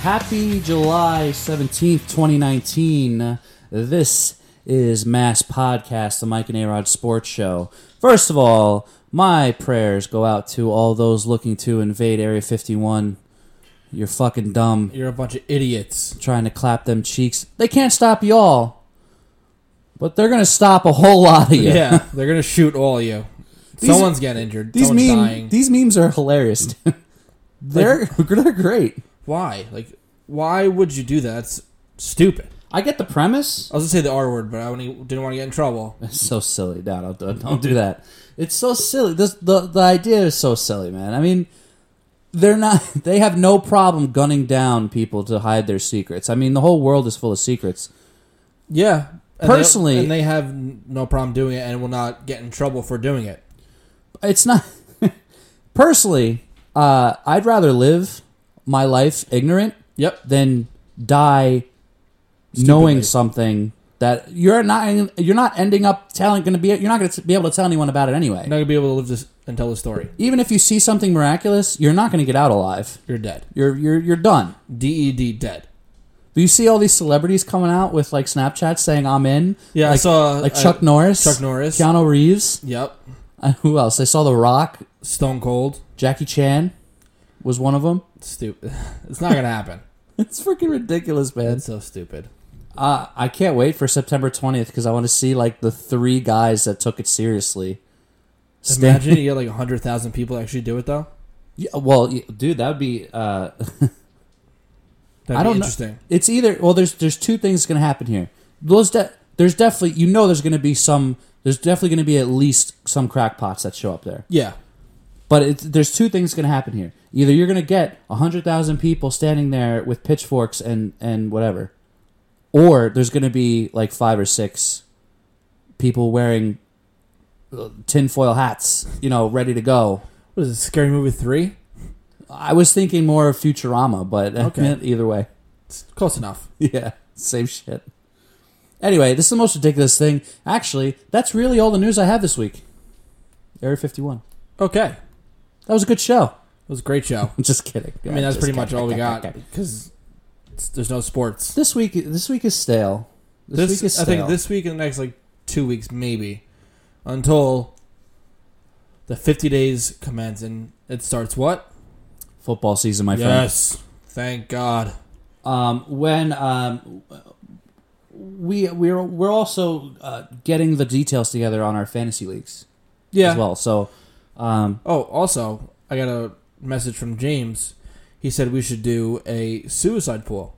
Happy July 17th, 2019. This is Mass Podcast, the Mike and Arod Sports Show. First of all, my prayers go out to all those looking to invade Area 51. You're fucking dumb. You're a bunch of idiots. Trying to clap them cheeks. They can't stop y'all, but they're going to stop a whole lot of you. Yeah, they're gonna shoot all of you. These- Someone's getting injured. These, Someone's meme, dying. these memes are hilarious. dude. they're, they're great. why? Like, why would you do that? That's stupid. I get the premise. I was gonna say the R word, but I only didn't want to get in trouble. It's so silly. No, don't, don't, don't do that. It's so silly. This, the the idea is so silly, man. I mean, they're not. They have no problem gunning down people to hide their secrets. I mean, the whole world is full of secrets. Yeah, and they- Personally- and they have n- no problem doing it, and will not get in trouble for doing it. It's not. personally, uh, I'd rather live my life ignorant Yep. than die knowing something that you're not. You're not ending up telling. Going to be. You're not going to be able to tell anyone about it anyway. You're not gonna be able to live this and tell the story. Even if you see something miraculous, you're not going to get out alive. You're dead. You're you're you're done. D E D dead. Do you see all these celebrities coming out with like Snapchats saying I'm in? Yeah, I like, saw uh, like I- Chuck Norris, Chuck Norris. Keanu Reeves. Yep. Uh, who else? I saw The Rock, Stone Cold. Jackie Chan was one of them. Stupid. it's not gonna happen. It's freaking ridiculous, man. That's so stupid. Uh, I can't wait for September 20th because I want to see like the three guys that took it seriously. Stan- Imagine you get like hundred thousand people actually do it though. Yeah, well, y- dude, that would be. Uh, That'd I be don't know. interesting. it's either well there's there's two things going to happen here those de- there's definitely you know there's going to be some there's definitely going to be at least some crackpots that show up there Yeah. but it's, there's two things going to happen here either you're going to get 100000 people standing there with pitchforks and and whatever or there's going to be like five or six people wearing uh, tinfoil hats you know ready to go What is it? Scary Movie three? i was thinking more of futurama but Okay. either way It's close enough. Yeah, same shit. Anyway, this is the most ridiculous thing. Actually, that's really all the news I have this week. Area 51. Okay, it That was a good show. was a great show. I'm just kidding. I mean, that's pretty much all we got because there's no sports. This week this week is stale. This, This, week is I stale. think this week and the next like two weeks maybe, until the 50 days commence and it starts. What? football season, my friend. yes. Thank God. Um, when um, we we're we're also uh, getting the details together on our fantasy leagues Yeah. as well. So um, Oh, also, I got a message from James. He said we should do a suicide pool.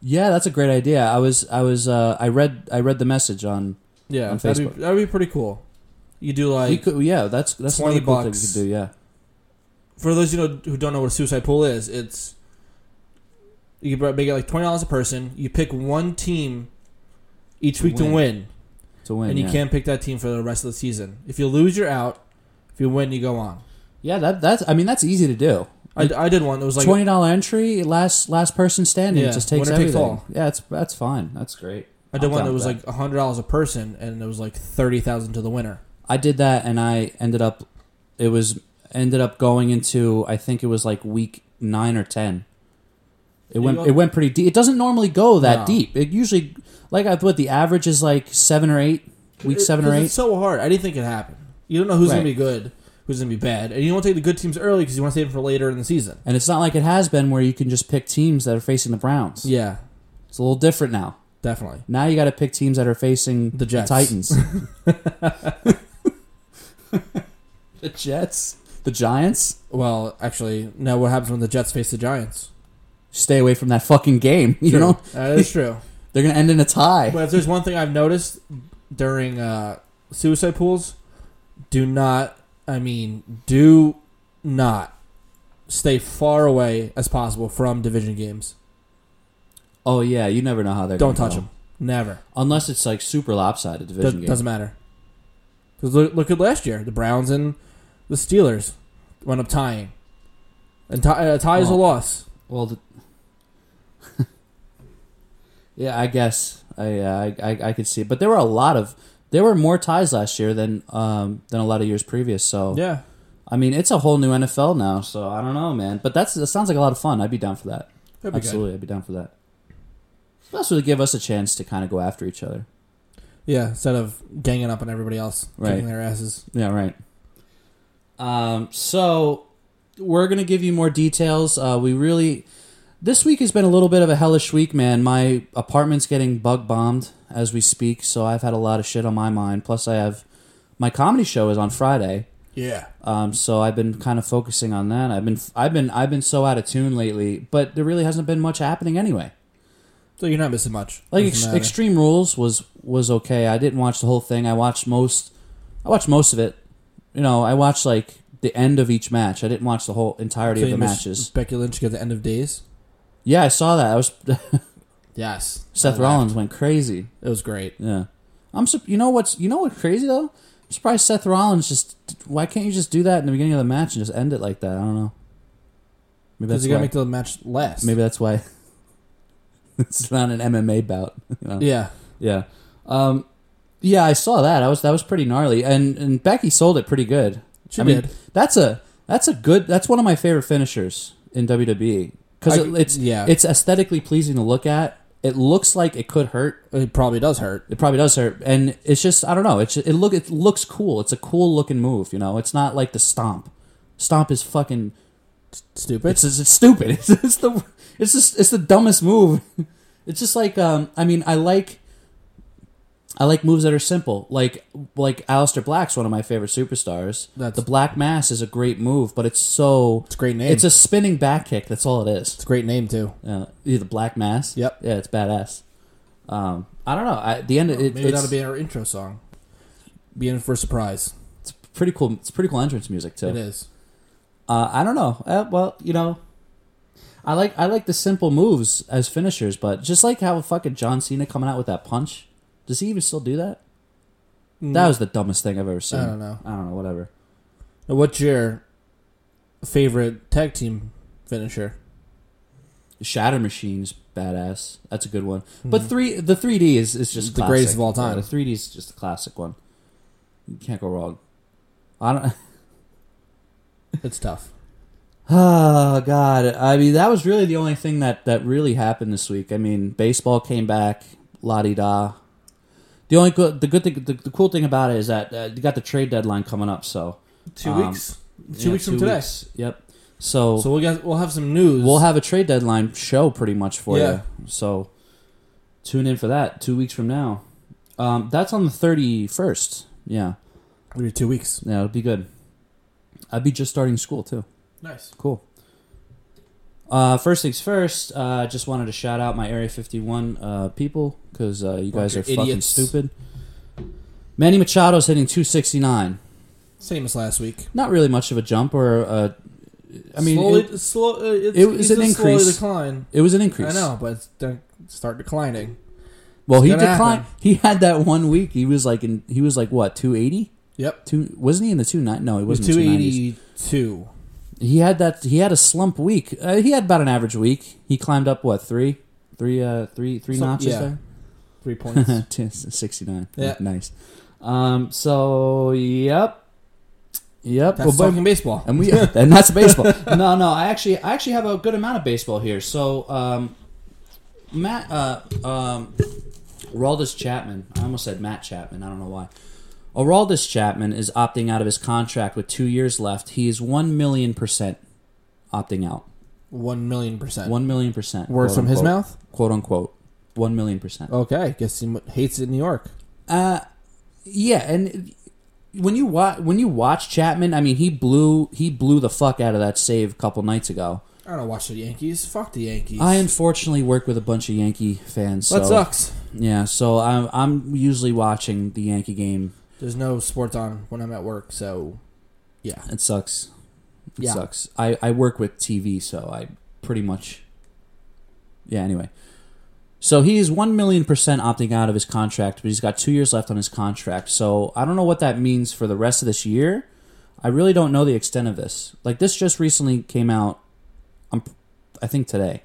yeah, that's a great idea. I was I was uh, I read I read the message on Yeah, On that'd Facebook. be, that'd be pretty cool. You do like we could, yeah, that's that's 20 another cool thing we bucks. could do. Yeah, for those you know who don't know what a suicide pool is, it's you can make it like twenty dollars a person. You pick one team each To week win. to win, to win. and you yeah. can't pick that team for the rest of the season. If you lose, you're out. If you win, you go on. Yeah, that that's. I mean, that's easy to do. I, I did one. It was like Twenty dollar entry, last last person standing. Yeah, it just takes winner everything. takes all. Yeah, it's that's fine. That's great. I did I'm one down that with was like hundred dollars a person, and it was like thirty thousand to the winner. I did that, and I ended up. It was ended up going into. I think it was like week nine or ten. It You went. go- It went pretty deep. It doesn't normally go that No. deep. It usually, like I what the average is like seven or eight. Week It- seven 'cause or eight. It's so hard. I didn't think it happened. You don't know who's Right. gonna be good, who's gonna be bad, and you don't take the good teams early because you want to save them for later in the season. and it's not like it has been where you can just pick teams that are facing the Browns. Yeah, It's a little different now. definitely. Now you got to pick teams that are facing The Jets. Titans, the Jets, the Giants. Well, actually, now what happens when the Jets face the Giants? Stay away from that fucking game. You True. know that is true. they're gonna end in a tie. But if there's one thing I've noticed during uh, suicide pools, do not. I mean, do not stay far away as possible from division games. Oh yeah, you never know how they're. Don't gonna touch go. them. Never. unless it's like super lopsided Does, division game. doesn't matter. Because look, look at last year, the Browns and the Steelers went up tying, and tie, a tie is a Oh. loss. Well, the... yeah, I guess I, uh, I I I could see it, but there were a lot of there were more ties last year than um than a lot of years previous. So Yeah. I mean, it's a whole new NFL now, so I don't know, man. But that's that sounds like a lot of fun. I'd be down for that. That'd be Absolutely, I'd be down for that. But also to give us a chance to kind of go after each other. Good. Yeah, instead of ganging up on everybody else, Right. kicking their asses. Yeah, right. Um, so we're gonna give you more details. Uh, we really this week has been a little bit of a hellish week, man. My apartment's getting bug bombed as we speak, so I've had a lot of shit on my mind. Plus, I have my comedy show is on Friday, Yeah. um, so I've been kind of focusing on that. I've been I've been I've been so out of tune lately, but there really hasn't been much happening anyway. So you're not missing much. Like Doesn't ex- matter. Extreme Rules was was okay. I didn't watch the whole thing. I watched most. I watched most of it. You know, I watched like the end of each match. I didn't watch the whole entirety So of you the miss matches. Becky Lynch at the end of days. Yeah, I saw that. I was Yes. Seth I laughed. Rollins went crazy. Uh, It was great. Yeah, I'm. Su- you know what's you know what's crazy though? I'm surprised Seth Rollins just. Why can't you just do that in the beginning of the match and just end it like that? I don't know. Maybe Because that's you gotta why. make the match last. maybe that's why. it's not an MMA bout. You know? Yeah. Yeah. Um, yeah, I saw that. I was that was pretty gnarly, and and Becky sold it pretty good. She I mean, did. That's a that's a good. That's one of my favorite finishers in WWE because I- it, it's yeah. it's aesthetically pleasing to look at. It looks like it could hurt. it probably does hurt. It probably does hurt, and it's just I don't know. It's it look it looks cool. It's a cool looking move. You know, it's not like the stomp. Stomp is fucking. Stupid. It's, it's, it's stupid. It's, it's the it's just it's the dumbest move. It's just like um. I mean, I like I like moves that are simple. Like like Alistair Black's one of my favorite superstars. That's- the Black Mass is a great move, but it's so It's a great name. it's a spinning back kick. That's all it is. It's a great name too. Uh, yeah, the Black Mass. Yep. Yeah, it's badass. Um, I don't know. I, at the end, it, Maybe it's, that'll be our intro song. Be in for a surprise. it's pretty cool. It's pretty cool entrance music too. It is. Uh, I don't know. Uh, well, you know, I like I like the simple moves as finishers, but just like how fucking John Cena coming out with that punch, does he even still do that? That was the dumbest thing I've ever seen. Mm. I don't know. I don't know. Whatever. Now, What's your favorite tag team finisher? Shatter Machine's badass. That's a good one. But three the three D is is just Hmm. The classic. greatest of all time. Yeah, the three D is just a classic one. You can't go wrong. I don't. It's tough. Oh God! I mean, that was really the only thing that that really happened this week. I mean, baseball came back, la di da. The only good, the good thing, the, the cool thing about it is that uh, you got the trade deadline coming up. So Two Um, weeks. Two yeah, weeks from today. weeks. Yep. So, So we'll get we'll have some news. we'll have a trade deadline show pretty much for Yeah. you. So tune in for that two weeks from now. Um, that's on the thirty first. Yeah, We'll do two weeks. yeah, it'll be good. I'd be just starting school too. Nice. Cool. Uh, first things first, uh, just wanted to shout out my Area 51 uh, people because uh, you guys are Bunker fucking idiots. stupid. Manny Machado's hitting 269. Same as last week. Not really much of a jump or a. I mean, slowly, it, slow, uh, it's, it was it's an a slowly increase. decline. it was an increase. I know, but it's don't start declining. Well, he It's gonna declined. happen. He had that one week. He was like in. He was like what 280? Yep. Two wasn't he in the two nine? No, he It was wasn't. in two the 290s. eighty two. He had that. He had a slump week. Uh, he had about an average week. He climbed up what three, three, uh, three, three Some- notches yeah. there. Three points. 69. Yeah. Nice. Um, so, yep. Yep. That's Well, but- talking baseball. and we and that's baseball. no, no, I actually I actually have a good amount of baseball here. So, um, Matt uh um Araldis Chapman. I almost said Matt Chapman. I don't know why. Araldis Chapman is opting out of his contract with 2 years left. He is 1 million percent opting out. One million percent. 1 million percent. Words quote from his unquote. mouth. Quote unquote. 1 million percent. Okay, guess he m- hates it in New York. Uh, yeah, and when you watch when you watch Chapman, I mean, he blew he blew the fuck out of that save a couple nights ago. I don't watch the Yankees. Fuck the Yankees. I unfortunately work with a bunch of Yankee fans. So, that sucks. Yeah, so I'm I'm usually watching the Yankee game. There's no sports on when I'm at work, so yeah. It sucks. It Yeah. sucks. I I work with TV, so I pretty much. Yeah. Anyway. So he is one million percent opting out of his contract, but he's got two years left on his contract. So I don't know what that means for the rest of this year. I really don't know the extent of this. Like this just recently came out. I'm, I think today.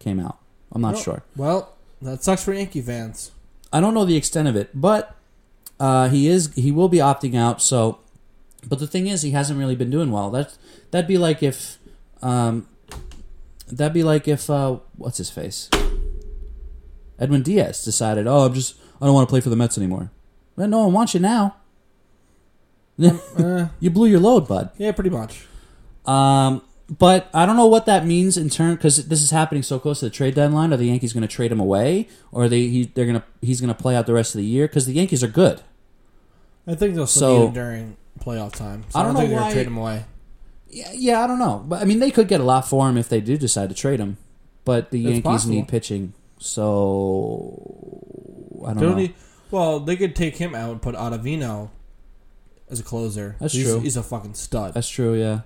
Came out. I'm not Well- sure. Well, that sucks for Yankee fans. I don't know the extent of it, but uh, he is he will be opting out. So, but the thing is, he hasn't really been doing well. That that'd be like if um, That'd be like if uh, what's his face, Edwin Diaz decided, oh, I'm just I don't want to play for the Mets anymore. Well, no one wants you now. Eh, You blew your load, bud. yeah, pretty much. Um, but I don't know what that means in turn because this is happening so close to the trade deadline. Are the Yankees going to trade him away, or are they he, they're gonna he's going to play out the rest of the year because the Yankees are good. I think they'll still So- need him during playoff time. So I I don't, don't know think they're why- gonna trade him away. Yeah, yeah, I don't know, but I mean they could get a lot for him if they do decide to trade him. But the It's Yankees possible. need pitching, so I don't They don't know. need- well, they could take him out and put Ottavino as a closer. That's he's, true. He's a fucking stud, That's true. Yeah,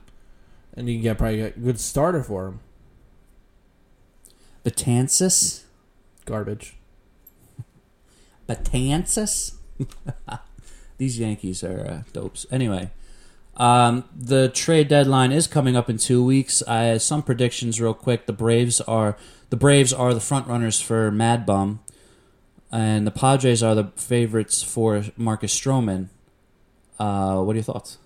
and you can get probably a good starter for him. Batansis, Garbage. Batansis. These Yankees are uh, dopes. Anyway, um, the trade deadline is coming up in two weeks. I some predictions real quick. The Braves are the Braves are the front runners for Mad Bum, and the Padres are the favorites for Marcus Stroman. Uh, what are your thoughts?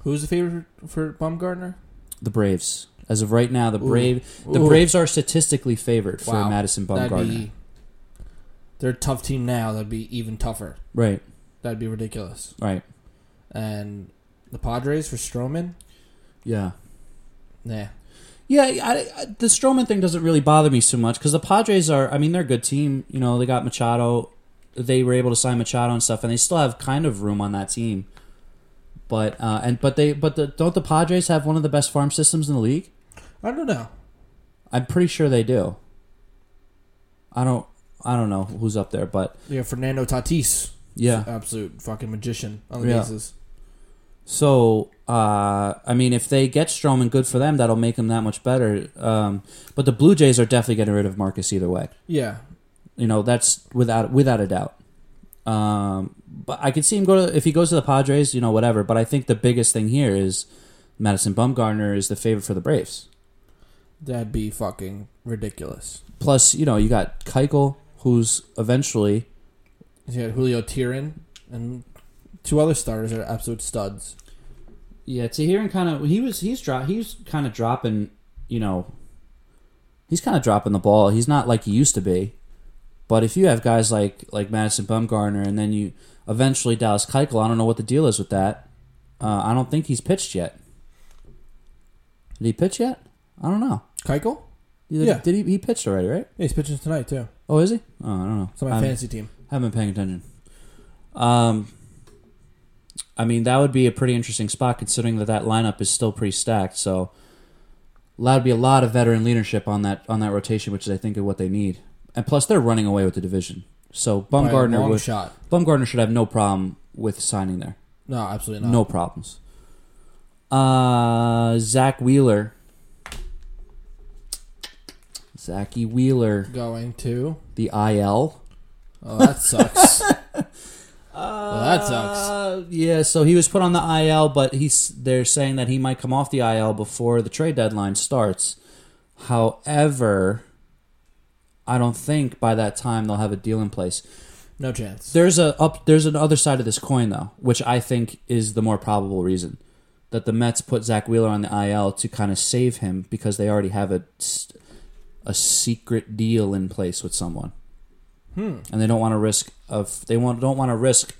Who's the favorite for Bumgarner? The Braves. As of right now, the Ooh. Brave the Ooh. Braves are statistically favored for Wow. Madison That'd Bumgarner. be. They're a tough team now. That'd be even tougher. Right, That'd be ridiculous. right. And the Padres for Stroman. Yeah. Nah. Yeah, I, I, the Stroman thing doesn't really bother me so much because the Padres are. I mean, they're a good team. You know, they got Machado. They were able to sign Machado and stuff, and they still have kind of room on that team. But uh, and but they but the don't the Padres have one of the best farm systems in the league? I don't know. I'm pretty sure they do. I don't I don't know who's up there, but They have Fernando Tatis. yeah. Absolute fucking magician on the Yeah. bases. So, uh, I mean, if they get Stroman, good for them. That'll make them that much better. Um, but the Blue Jays are definitely getting rid of Marcus either way. Yeah. You know, that's without without a doubt. Um, but I could see him go to if he goes to the Padres. You know, whatever. But I think the biggest thing here is Madison Bumgarner is the favorite for the Braves. That'd be fucking ridiculous. Plus, you know, you got Keuchel, who's eventually You got Julio Tirin and two other starters are absolute studs. Yeah, Tahirin kind of he was he's dro- he's kind of dropping, you know, he's kind of dropping the ball. He's not like he used to be. But if you have guys like like Madison Bumgarner and then you eventually Dallas Keuchel, I don't know what the deal is with that. Uh, I don't think he's pitched yet. Did he pitch yet? I don't know. Keuchel? Did, Yeah. did he he pitched already, right? Yeah, he's pitching tonight too. Oh, is he? Oh, I don't know. It's on my I'm- fantasy team. haven't been paying attention. Um, I mean, that would be a pretty interesting spot considering that that lineup is still pretty stacked. So that would be a lot of veteran leadership on that on that rotation, which is I think is what they need. And plus, they're running away with the division. So By a Bumgarner long would, shot. Bumgarner should have no problem with signing there. No, absolutely No, not. problems. Uh, Zach Wheeler. Zachy Wheeler, Going to. the IL. Oh, that sucks. well, that sucks. Uh, yeah, so he was put on the IL, but he's they're saying that he might come off the IL before the trade deadline starts. However, I don't think by that time they'll have a deal in place. No chance. There's a up there's an other side of this coin though, which I think is the more probable reason that the Mets put Zach Wheeler on the IL to kind of save him because they already have a s- a secret deal in place with someone, Hmm. and they don't want to risk of they want don't want to risk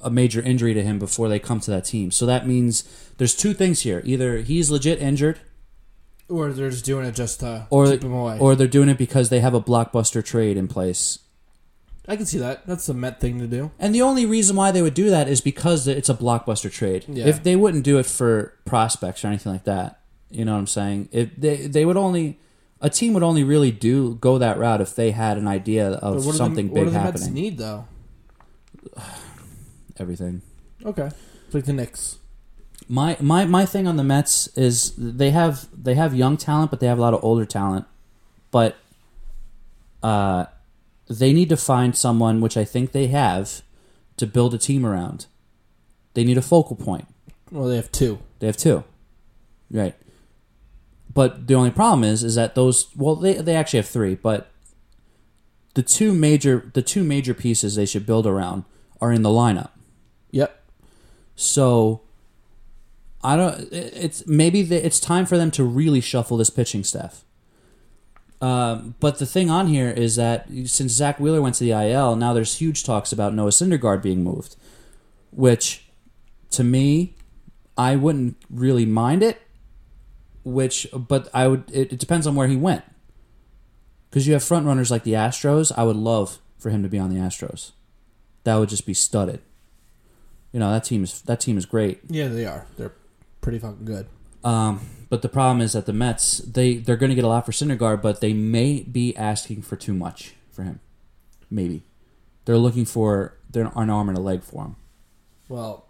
a major injury to him before they come to that team. So that means there's two things here: either he's legit injured, Or they're just doing it just to Or- keep him away. or they're doing it because they have a blockbuster trade in place I can see that. That's the Met thing to do. And the only reason why they would do that is because it's a blockbuster trade. Yeah. If they wouldn't do it for prospects or anything like that, you know what I'm saying? If they they would only a team would only really do go that route if they had an idea of But what do something the, big what do the Mets happening. need though? Everything. Okay, it's like the Knicks. My my my thing on the Mets is they have they have young talent, but they have a lot of older talent. But uh, they need to find someone, which I think they have, to build a team around. They need a focal point. Well, they have two. They have two. Right. But the only problem is is that those well they they actually have three, but the two major the two major pieces they should build around are in the lineup. Yep. So I don't. it- It's maybe the, it's time for them to really shuffle this pitching staff. Um, but the thing on here is that since Zach Wheeler went to the IL, now there's huge talks about Noah Syndergaard being moved, which to me, I wouldn't really mind it. Which, but I would. It, it depends on where he went. Because you have front runners like the Astros, I would love for him to be on the Astros. That would just be studded. You know that team is that team is great. Yeah, they are. They're pretty fucking good. Um, but the problem is that the Mets they they're going to get a lot for Syndergaard, but they may be asking for too much for him. Maybe they're looking for they're an arm and a leg for him. Well,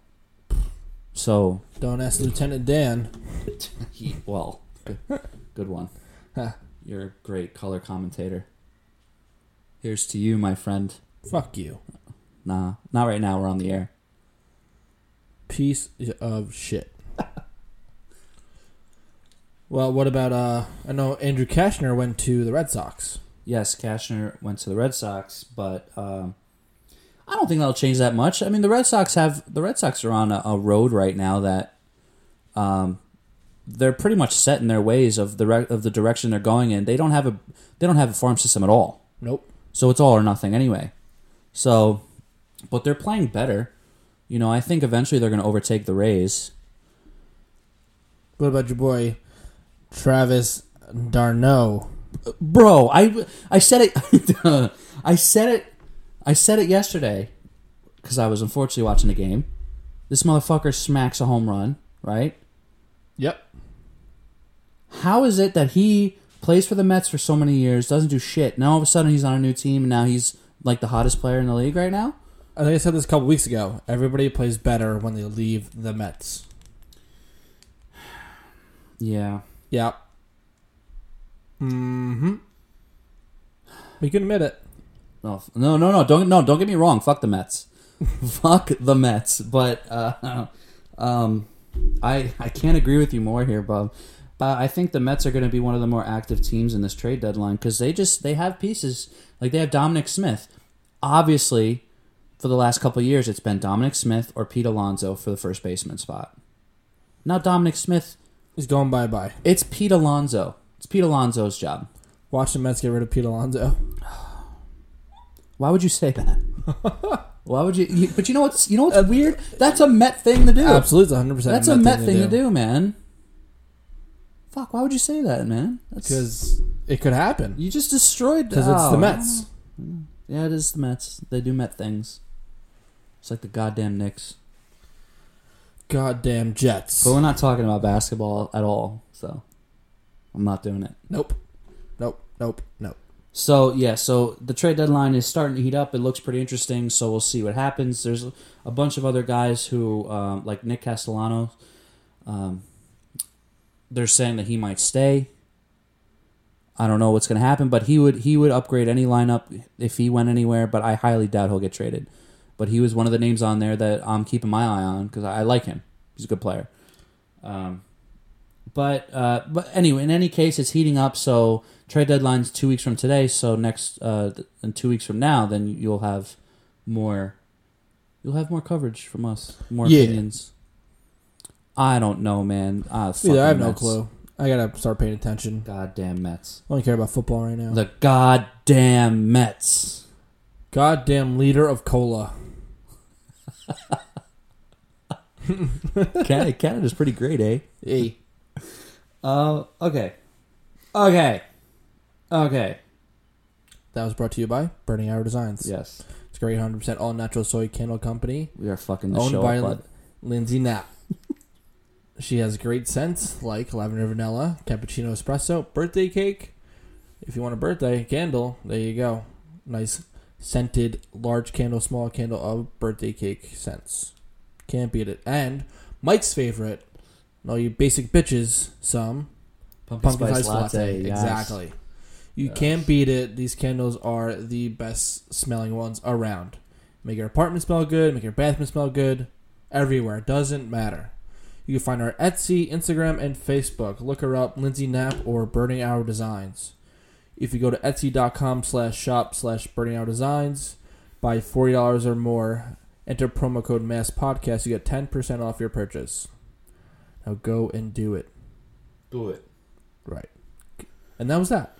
So don't ask Lieutenant Dan. he well, good, good one. Huh. You're a great color commentator. Here's to you, my friend. Fuck you. Nah, not right now. We're on the air. Piece of shit. well, what about uh? I know Andrew Kashner went to the Red Sox. Yes, Cashner went to the Red Sox, but um, I don't think that'll change that much. I mean, the Red Sox have the Red Sox are on a, a road right now that um, they're pretty much set in their ways of the re- of the direction they're going in. They don't have a they don't have a farm system at all. Nope. So it's all or nothing anyway. So, but they're playing better. You know, I think eventually they're going to overtake the Rays. What about your boy Travis Darno? bro i i said it i said it i said it yesterday because i was unfortunately watching the game this motherfucker smacks a home run right Yep. how is it that he plays for the mets for so many years doesn't do shit now all of a sudden he's on a new team and now he's like the hottest player in the league right now I think I said this a couple weeks ago. Everybody plays better when they leave the Mets. yeah Yep. Mm-hmm. We can admit it. no f- no no no don't no don't get me wrong fuck the mets fuck the mets but uh um i i can't agree with you more here bob but i think the mets are going to be one of the more active teams in this trade deadline because they just they have pieces like they have dominic smith obviously for the last couple of years it's been dominic smith or pete alonso for the first baseman spot now dominic smith He's going bye bye. it's pete alonso it's pete alonso's job Watch the Mets get rid of Pete Alonso. Why would you say that? Why would you, you? But you know what's you know what's weird? That's a Met thing to do. Absolutely, one hundred percent. That's a Met thing to do, man. Fuck! Why would you say that, man? That's because it could happen. you just destroyed. Because it's oh. the Mets. Yeah, it is the Mets. They do Met things. It's like the goddamn Knicks. Goddamn Jets. But we're not talking about basketball at all, so I'm not doing it. Nope. Nope. Nope. Nope. So yeah, so the trade deadline is starting to heat up. It looks pretty interesting. So we'll see what happens. There's a bunch of other guys who, um, like Nick Castellano, um, they're saying that he might stay. I don't know what's going to happen, but he would he would upgrade any lineup if he went anywhere. But I highly doubt he'll get traded. But he was one of the names on there that I'm keeping my eye on because I, I like him. He's a good player. Um, but uh, but anyway, in any case, it's heating up. So trade deadline's two weeks from today. So next uh, th- in two weeks from now, then you'll have more. You'll have more coverage from us, more Yeah. opinions. I don't know, man. Ah, Either I have fucking no Mets. clue. I gotta start paying attention. Goddamn Mets. I don't care about football right now. The goddamn Mets. Goddamn leader of cola. Canada, Canada's pretty great, eh? Hey. Uh, okay. Okay. Okay. That was brought to you by Burning Hour Designs. Yes. It's a great 100% all natural soy candle company We are fucking the owned show. by up, Lin- bud. Lindsay Knapp. she has great scents like lavender vanilla, cappuccino espresso, birthday cake. If you want a birthday candle, there you go. Nice scented large candle, small candle of birthday cake scents. Can't beat it. And Mike's favorite, and all you basic bitches, some Pumpkin, pumpkin spice, latte. yes. Exactly. You Yes. can't beat it. These candles are the best smelling ones around. Make your apartment smell good. Make your bathroom smell good. Everywhere. Doesn't matter. You can find her at Etsy, Instagram, and Facebook. Look her up, Lindsay Knapp or Burning Hour Designs. If you go to etsy.com slash shop slash burning hour designs, buy $40 or more, enter promo code MASSPODCAST, you get 10% off your purchase. Now go and do it. Do it. Right. And that was that.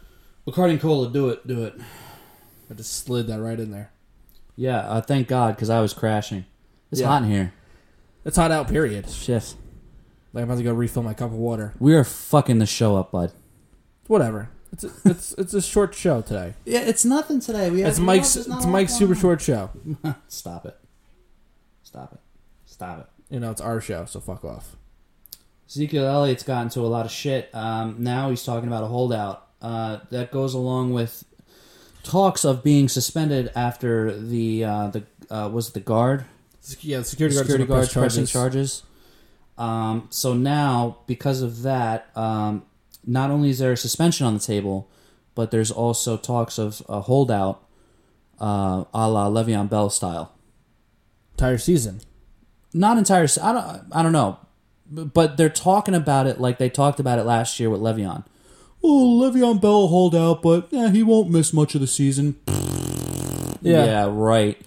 Bacardi and cola. Do it. Do it. I just slid that right in there. Yeah. Uh, thank God, because I was crashing. It's Yeah. hot in here. It's hot out, period. Shit. Like, I'm about to go refill my cup of water. We are fucking the show up, bud. Whatever. It's a, it's it's a short show today. Yeah, it's nothing today. We It's Mike's it's Mike's super short show. Stop it. Stop it. Stop it. You know, it's our show, so fuck off. Ezekiel Elliott's gotten into a lot of shit. Um, now he's talking about a holdout. Uh, that goes along with talks of being suspended after the uh, the uh, was it the guard Sec- Yeah, the security, security guards guards are gonna press pressing charges. charges. Um, so now, because of that, um, not only is there a suspension on the table, but there's also talks of a holdout, uh, a la Le'Veon Bell style. Entire season. Not entire. se- I don't. I don't know, B- but they're talking about it like they talked about it last year with Le'Veon. Oh, Le'Veon Bell will hold out, but yeah, he won't miss much of the season. Yeah. right.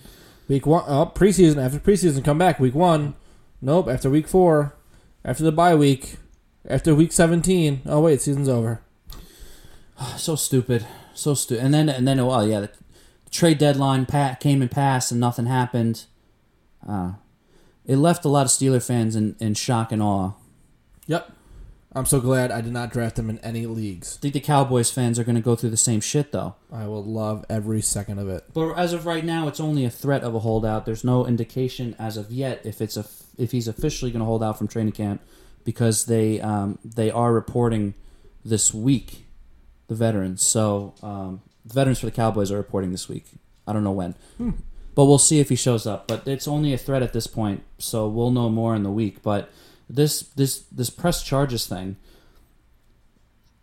Week one, oh, preseason after preseason, come back week one. Nope, after week four, after the bye week, after week seventeen. Oh wait, season's over. So stupid. So stupid. And then and then well, yeah, the trade deadline pat came and passed and nothing happened. Uh, it left a lot of Steeler fans in, in shock and awe. I Yep. I'm so glad I did not draft him in any leagues. think the Cowboys fans are going to go through the same shit though. I will love every second of it. But as of right now, it's only a threat of a holdout. There's no indication as of yet if it's a if he's officially going to hold out from training camp because they um, they are reporting this week the veterans. So um, veterans for the Cowboys are reporting this week. I don't know when, but we'll see if he shows up. But it's only a threat at this point, so we'll know more in the week. But this this this press charges thing.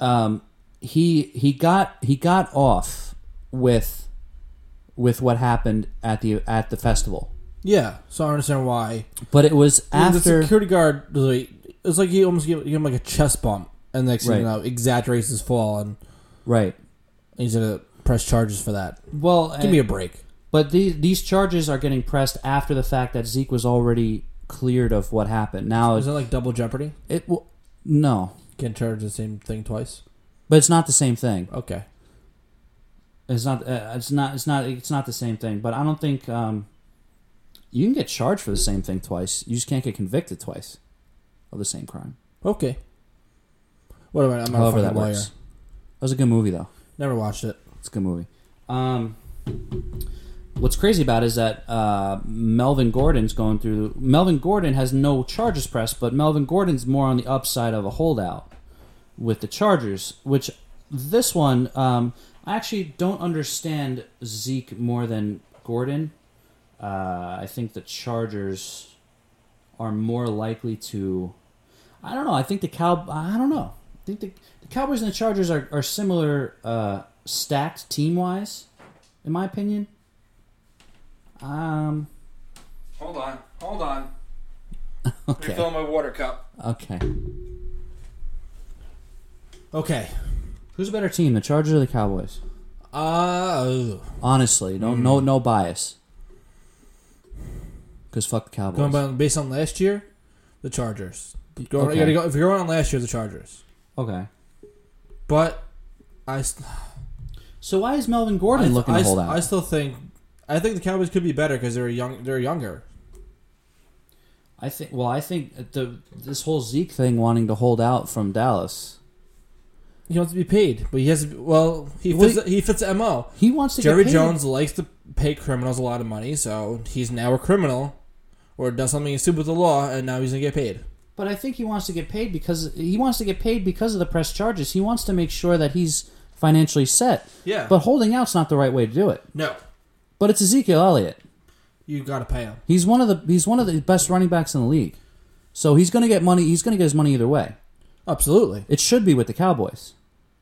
Um, he he got he got off with with what happened at the at the festival. Yeah, so I understand why. But it was the after security guard was like, it's like he almost gave, gave him like a chest bump, and next thing you Right. know, exaggerates his fall, and right. he's gonna press charges for that. Well, uh, Give me a break. but these these charges are getting pressed after the fact that Zeke was already cleared of what happened. Now Is it, that like double jeopardy? it w- no, Can't charge the same thing twice. but it's not the same thing. Okay. It's not uh, it's not it's not it's not the same thing. But I don't think um, you can get charged for the same thing twice. You just can't get convicted twice of the same crime. Okay. What am I? I'm not However a that fucking lawyer. works. That was a good movie though. Never watched it. It's a good movie. Um, what's crazy about it is that uh, Melvin Gordon's going through. Melvin Gordon has no charges pressed, but Melvin Gordon's more on the upside of a holdout with the Chargers, which this one um, I actually don't understand Zeke more than Gordon. Uh, I think the Chargers are more likely to. I don't know. I think the cow. I don't know. I think the, the Cowboys and the Chargers are are similar uh, stacked team wise, in my opinion. Um. Hold on, hold on. Okay. Refilling my water cup. Okay. Okay. Who's a better team, the Chargers or the Cowboys? Uh, ugh. Honestly, no, Hmm. no, no bias. Because fuck the Cowboys. going by, based on last year, the Chargers. Go- Okay. you gotta go, if you're going on last year, the Chargers. okay. But I, st- So why is Melvin Gordon I, looking I, to hold st- I out? still think I think the Cowboys could be better because they're young. They're younger. I think. Well, I think the this whole Zeke thing wanting to hold out from Dallas. He wants to be paid, but he has. to be- Well, he Well, fits, he fits the mo. He wants to. Jerry get paid. Jones likes to pay criminals a lot of money, so he's now a criminal, or does something stupid with the law, and now he's gonna get paid. But I think he wants to get paid because he wants to get paid because of the press charges. He wants to make sure that he's financially set. Yeah. But holding out's not the right way to do it. No, But it's Ezekiel Elliott. you gotta pay him. He's one of the he's one of the best running backs in the league. So he's going to get money. He's going to get his money either way. Absolutely, It should be with the Cowboys.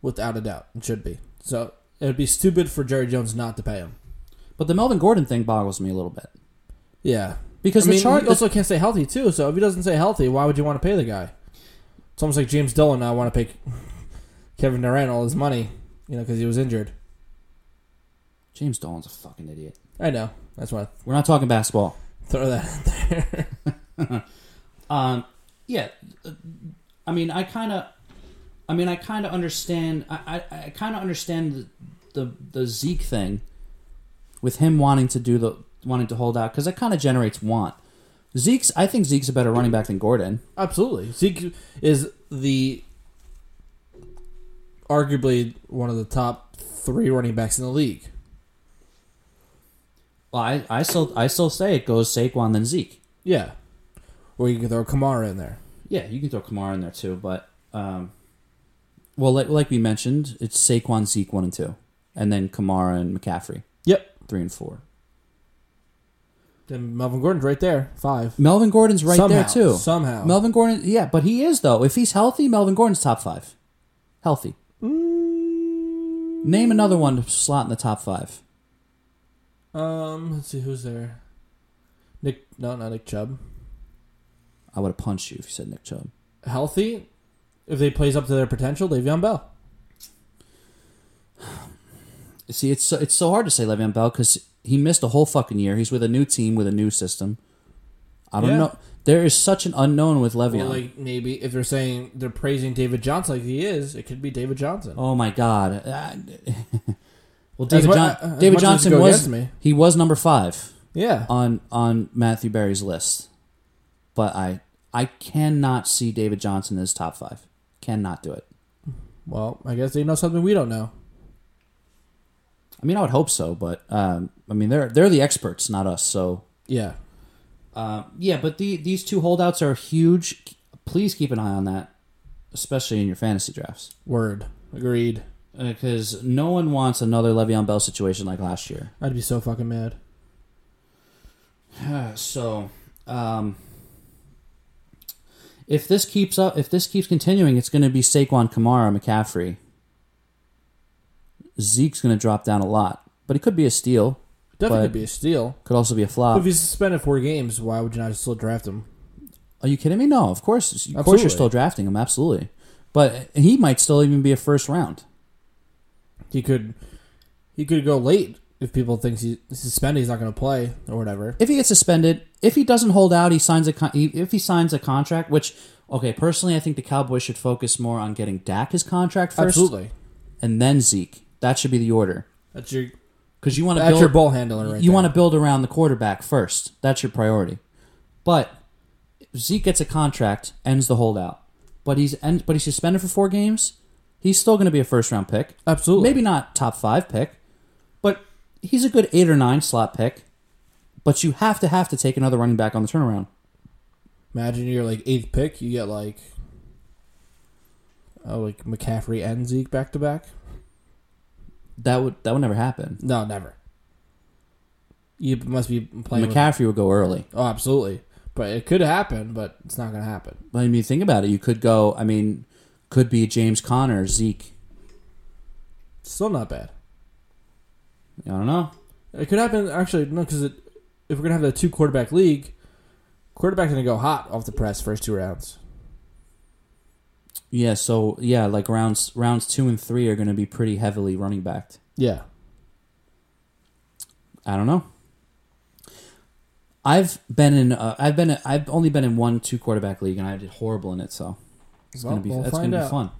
without a doubt, it should be. So it'd be stupid for Jerry Jones not to pay him. But the Melvin Gordon thing boggles me a little bit Yeah, because I mean, the Chargers. he also can't stay healthy too. So if he doesn't stay healthy, why would you want to pay the guy? It's almost like James Dillon. I want to pay Kevin Durant all his money, you know, because he was injured. James Dolan's a fucking idiot. I know. That's why I We're not talking basketball. throw that out there. Um, yeah uh, i mean i kind of i mean i kind of understand i i, I kind of understand the, the the zeke thing with him wanting to do the wanting to hold out because that kind of generates want zeke's i think zeke's a better running back than gordon Absolutely. Zeke is the arguably one of the top three running backs in the league. well i i still i still say it goes saquon then zeke Yeah. Or you can throw Kamara in there. yeah you can throw kamara in there too but um well like, like we mentioned it's saquon zeke one and two and then kamara and mccaffrey Yep. three and four Then Melvin Gordon's right there. Five. melvin gordon's right somehow, there too Somehow. Melvin Gordon, yeah, but he is though. If he's healthy, Melvin Gordon's top five. Healthy. Mm. Name another one to slot in the top five. um, let's see who's there. Nick no, not Nick Chubb. I would have punched you if you said Nick Chubb. Healthy. If they plays up to their potential, Le'Veon Bell. See, it's so, it's so hard to say Le'Veon Bell because he missed a whole fucking year. He's with a new team with a new system. I don't Yeah. know. There is such an unknown with Le'Veon. Well, like maybe if they're saying they're praising David Johnson like he is, it could be David Johnson. oh my god. Uh, well, David, mu- John- uh, as David much as it Johnson goes was against me. he was number five. Yeah. on on Matthew Berry's list, but I I cannot see David Johnson as top five. Cannot do it. Well, I guess they know something we don't know. I mean, I would hope so, but um, I mean, they're they're the experts, not us. So Yeah. uh, yeah, but the these two holdouts are huge. Please keep an eye on that, especially in your fantasy drafts, Word. Agreed. because no one wants another Le'Veon Bell situation like last year. I'd be so fucking mad. So, um, if this keeps up, if this keeps continuing, it's going to be Saquon Kamara, McCaffrey. Zeke's going to drop down a lot, but he could be a steal. Definitely But- could be a steal. Could also be a But flop. if he's suspended four games, why would you not still draft him? Are you kidding me? No, of course, of course, you're Absolutely. still drafting him. Absolutely, but he might still even be a first round. He could he could go late if people think he's suspended, he's not going to play or whatever. if he gets suspended, if he doesn't hold out, he signs a con- he- if he signs a contract. Which, okay, personally, I think the Cowboys should focus more on getting Dak his contract first, Absolutely. and then Zeke. That should be the order. That's your because you want to that's your build. ball handler right you there. want to build around the quarterback first. That's your priority. But if Zeke gets a contract, ends the holdout. But he's end, but he's suspended for four games. He's still going to be a first round pick. Absolutely. Maybe not top five pick, but he's a good eight or nine slot pick. But you have to have to take another running back on the turnaround. Imagine you're like eighth pick, you get like oh like McCaffrey and Zeke back to back. That would that would never happen. No, never. You must be playing. with- McCaffrey would go early. oh, absolutely. But it could happen, but it's not going to happen. But I mean, think about it. You could go. I mean, could be James Conner, Zeke. Still not bad. I don't know. It could happen. Actually, no, because if we're going to have the two quarterback league, quarterback's going to go hot off the press first two rounds. Yeah, so yeah, like rounds rounds two and three are going to be pretty heavily running backed. Yeah. I don't know. I've been in. Uh, I've been. I've only been in one two quarterback league, and I did horrible in it. So it's Well, gonna be. we'll that's find gonna be out. fun.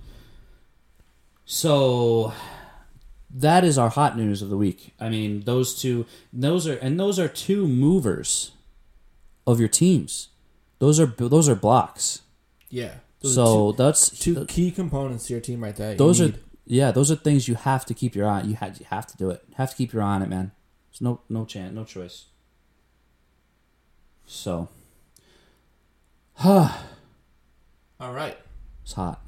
So that is our hot news of the week. I mean, those two. Those are and those are two movers of your teams. Those are those are blocks. Yeah. so that's two, two key components to your team right there. you those are need. yeah those are things you have to keep your eye you have, you have to do it have to keep your eye on it man there's no no chance no choice so all right. it's hot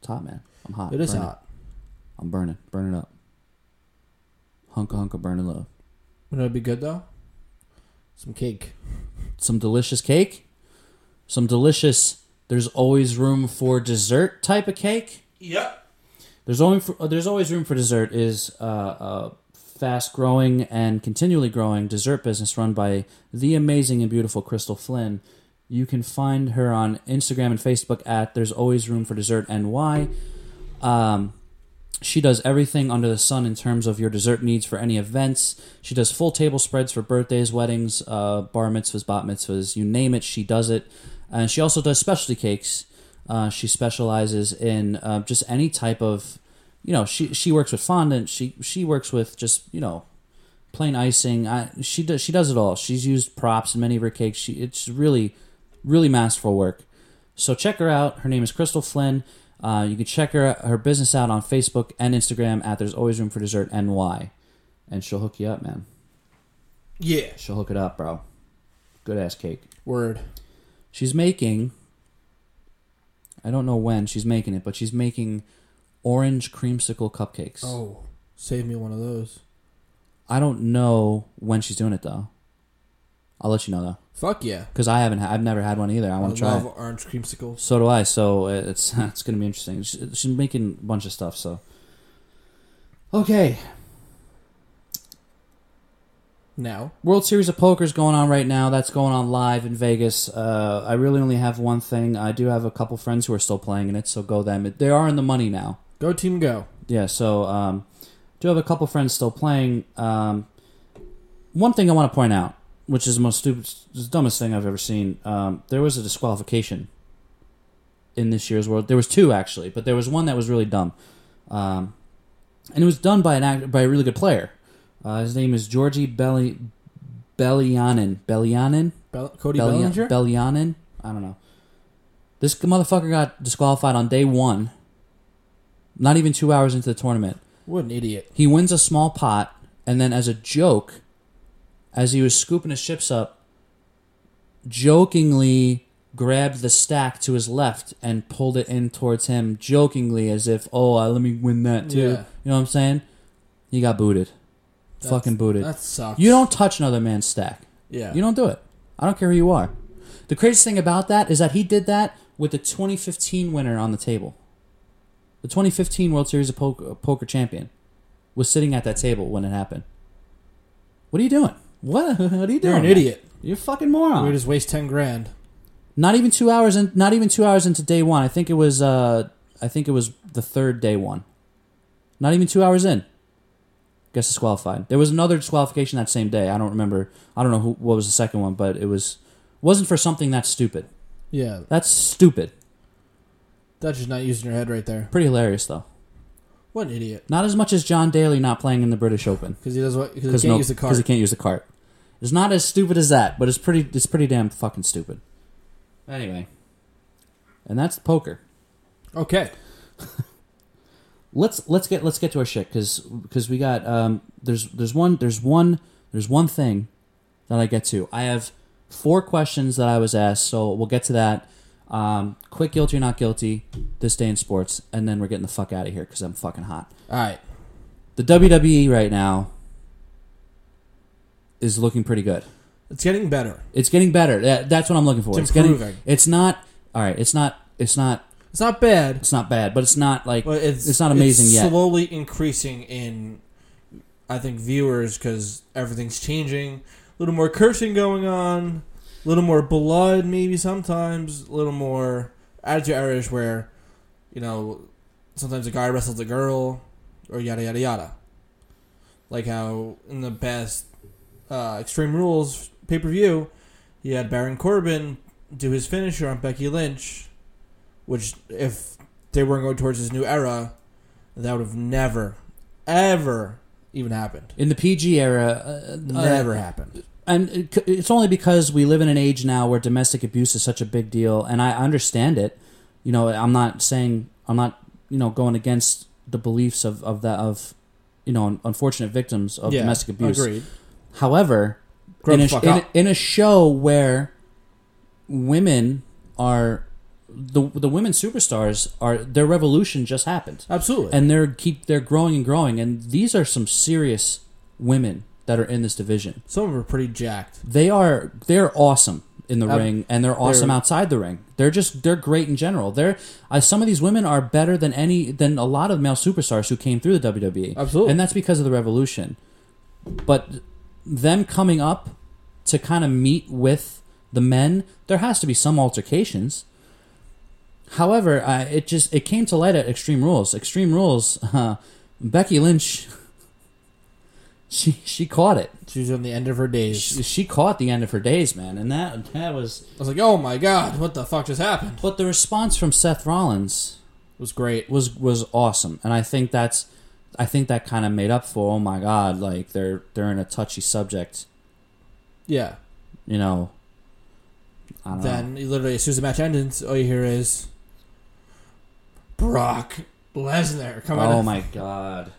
it's hot man i'm hot It is Burn hot. i'm burning burning up hunka hunka burning love You know, it'd be good though. Some cake. some delicious cake some delicious there's always room for dessert type of cake Yep. There's only for, uh, there's always room for dessert is uh, a fast growing and continually growing dessert business run by the amazing and beautiful Crystal Flynn. You can find her on Instagram and Facebook at There's Always Room for Dessert NY. Um, She does everything under the sun in terms of your dessert needs for any events. She does full table spreads for birthdays, weddings, uh, bar mitzvahs, bat mitzvahs, you name it, she does it. And she also does specialty cakes. Uh, she specializes in uh, just any type of, you know, she she works with fondant. She she works with just you know, plain icing. I, she does she does it all. She's used props in many of her cakes. She it's really really masterful work. So check her out. Her name is Crystal Flynn. Uh, you can check her her business out on Facebook and Instagram at There's Always Room for Dessert NY, and she'll hook you up, man. Yeah. She'll hook it up, bro. Good ass cake. Word. She's making. I don't know when she's making it, but she's making orange creamsicle cupcakes. Oh, save me one of those. I don't know when she's doing it though. I'll let you know though, Fuck yeah. because I haven't. ha- I've never had one either. I want to try. love It. orange creamsicles. So do I. So it's it's gonna be interesting. She- She's making a bunch of stuff. So okay, Now, World Series of Poker is going on right now. That's going on live in Vegas. Uh, I really only have one thing. I do have a couple friends who are still playing in it, so go them. They are in the money now. go team go. Yeah, so um, do have a couple friends still playing. Um, one thing I want to point out, which is the most stupid, the dumbest thing I've ever seen, um, there was a disqualification in this year's world. There was two actually, but there was one that was really dumb, um, and it was done by an act, by a really good player. Uh, his name is Georgie Belly Bellianin. Bellianin. Bell- Cody Belli- Bellinger? Bellianin? I don't know. This motherfucker got disqualified on day one. Not even two hours into the tournament. what an idiot. He wins a small pot, and then as a joke, as he was scooping his chips up, jokingly grabbed the stack to his left and pulled it in towards him, jokingly as if, oh, I, let me win that too. Yeah. You know what I'm saying? He got booted. That's- Fucking booted. That sucks. You don't touch another man's stack. Yeah. You don't do it. I don't care who you are. The craziest thing about that is that he did that with the 2015 winner on the table. The 2015 World Series of Poker, Poker Champion was sitting at that table when it happened. What are you doing? What? What are you doing? You're an man? idiot. You're a fucking We moron. just waste ten grand. Not even two hours in. Not even two hours into day one. I think it was. Uh, I think it was the third day one. Not even two hours in. Guess disqualified. There was another disqualification that same day. I don't remember. I don't know who, what was the second one, but it was wasn't for something that stupid. Yeah. That's stupid. That's just not using your head right there. Pretty hilarious though. What an idiot. Not as much as John Daly not playing in the British Open Because he does what? Because because he can't use the card. he can't use the cart. It's not as stupid as that, but it's pretty. It's pretty damn fucking stupid. Anyway, and that's poker. Okay. let's let's get let's get to our shit because we got um there's there's one there's one there's one thing that I get to. I have four questions that I was asked, so we'll get to that. Um, quick guilty or not guilty this day in sports, and then we're getting the fuck out of here because I'm fucking hot. All right. The WWE right now is looking pretty good. It's getting better. It's getting better. That, that's what I'm looking for. It's It's, getting. improving. It's not all right. It's not. It's not. It's not bad, It's not bad, but it's not like but it's it's not amazing it's yet. Slowly increasing in, I think viewers because everything's changing. A little more cursing going on. A little more blood, maybe sometimes. A little more attitude errors where, you know, sometimes a guy wrestles a girl, or yada yada yada. Like how in the past, uh, Extreme Rules pay per view, he had Baron Corbin do his finisher on Becky Lynch, which if they weren't going towards this new era, that would have never, ever even happened. in the PG era, uh, Never uh, happened. and it c- it's only because we live in an age now where domestic abuse is such a big deal, and I understand it. You know, I'm not saying I'm not you know going against the beliefs of of that of you know un- unfortunate victims of domestic abuse. Agreed. However, Grow in the a, sh- fuck in, a, up. in a show where women are the the women superstars are their revolution just happened Absolutely. and they're keep they're growing and growing and these are some serious women that are in this division Some of them are pretty jacked. they are they're awesome in the Um, ring and they're awesome they're- outside the ring they're just they're great in general they're uh, some of these women are better than any than a lot of male superstars who came through the wwe Absolutely. and that's because of the revolution but them coming up to kind of meet with the men there has to be some altercations However, uh, it just it came to light at Extreme Rules. Extreme Rules, uh, Becky Lynch, she she caught it. She was on the end of her days. She, she caught the end of her days, man, and that that was. I was like, oh my god, what the fuck just happened? But the response from Seth Rollins It was great. was was awesome, and I think that's I think that kind of made up for. Oh my god, like they're they're in a touchy subject, Yeah. you know. I don't know. Then you literally, as soon as the match ends, all you hear is Brock Lesnar come out. Oh of- my god.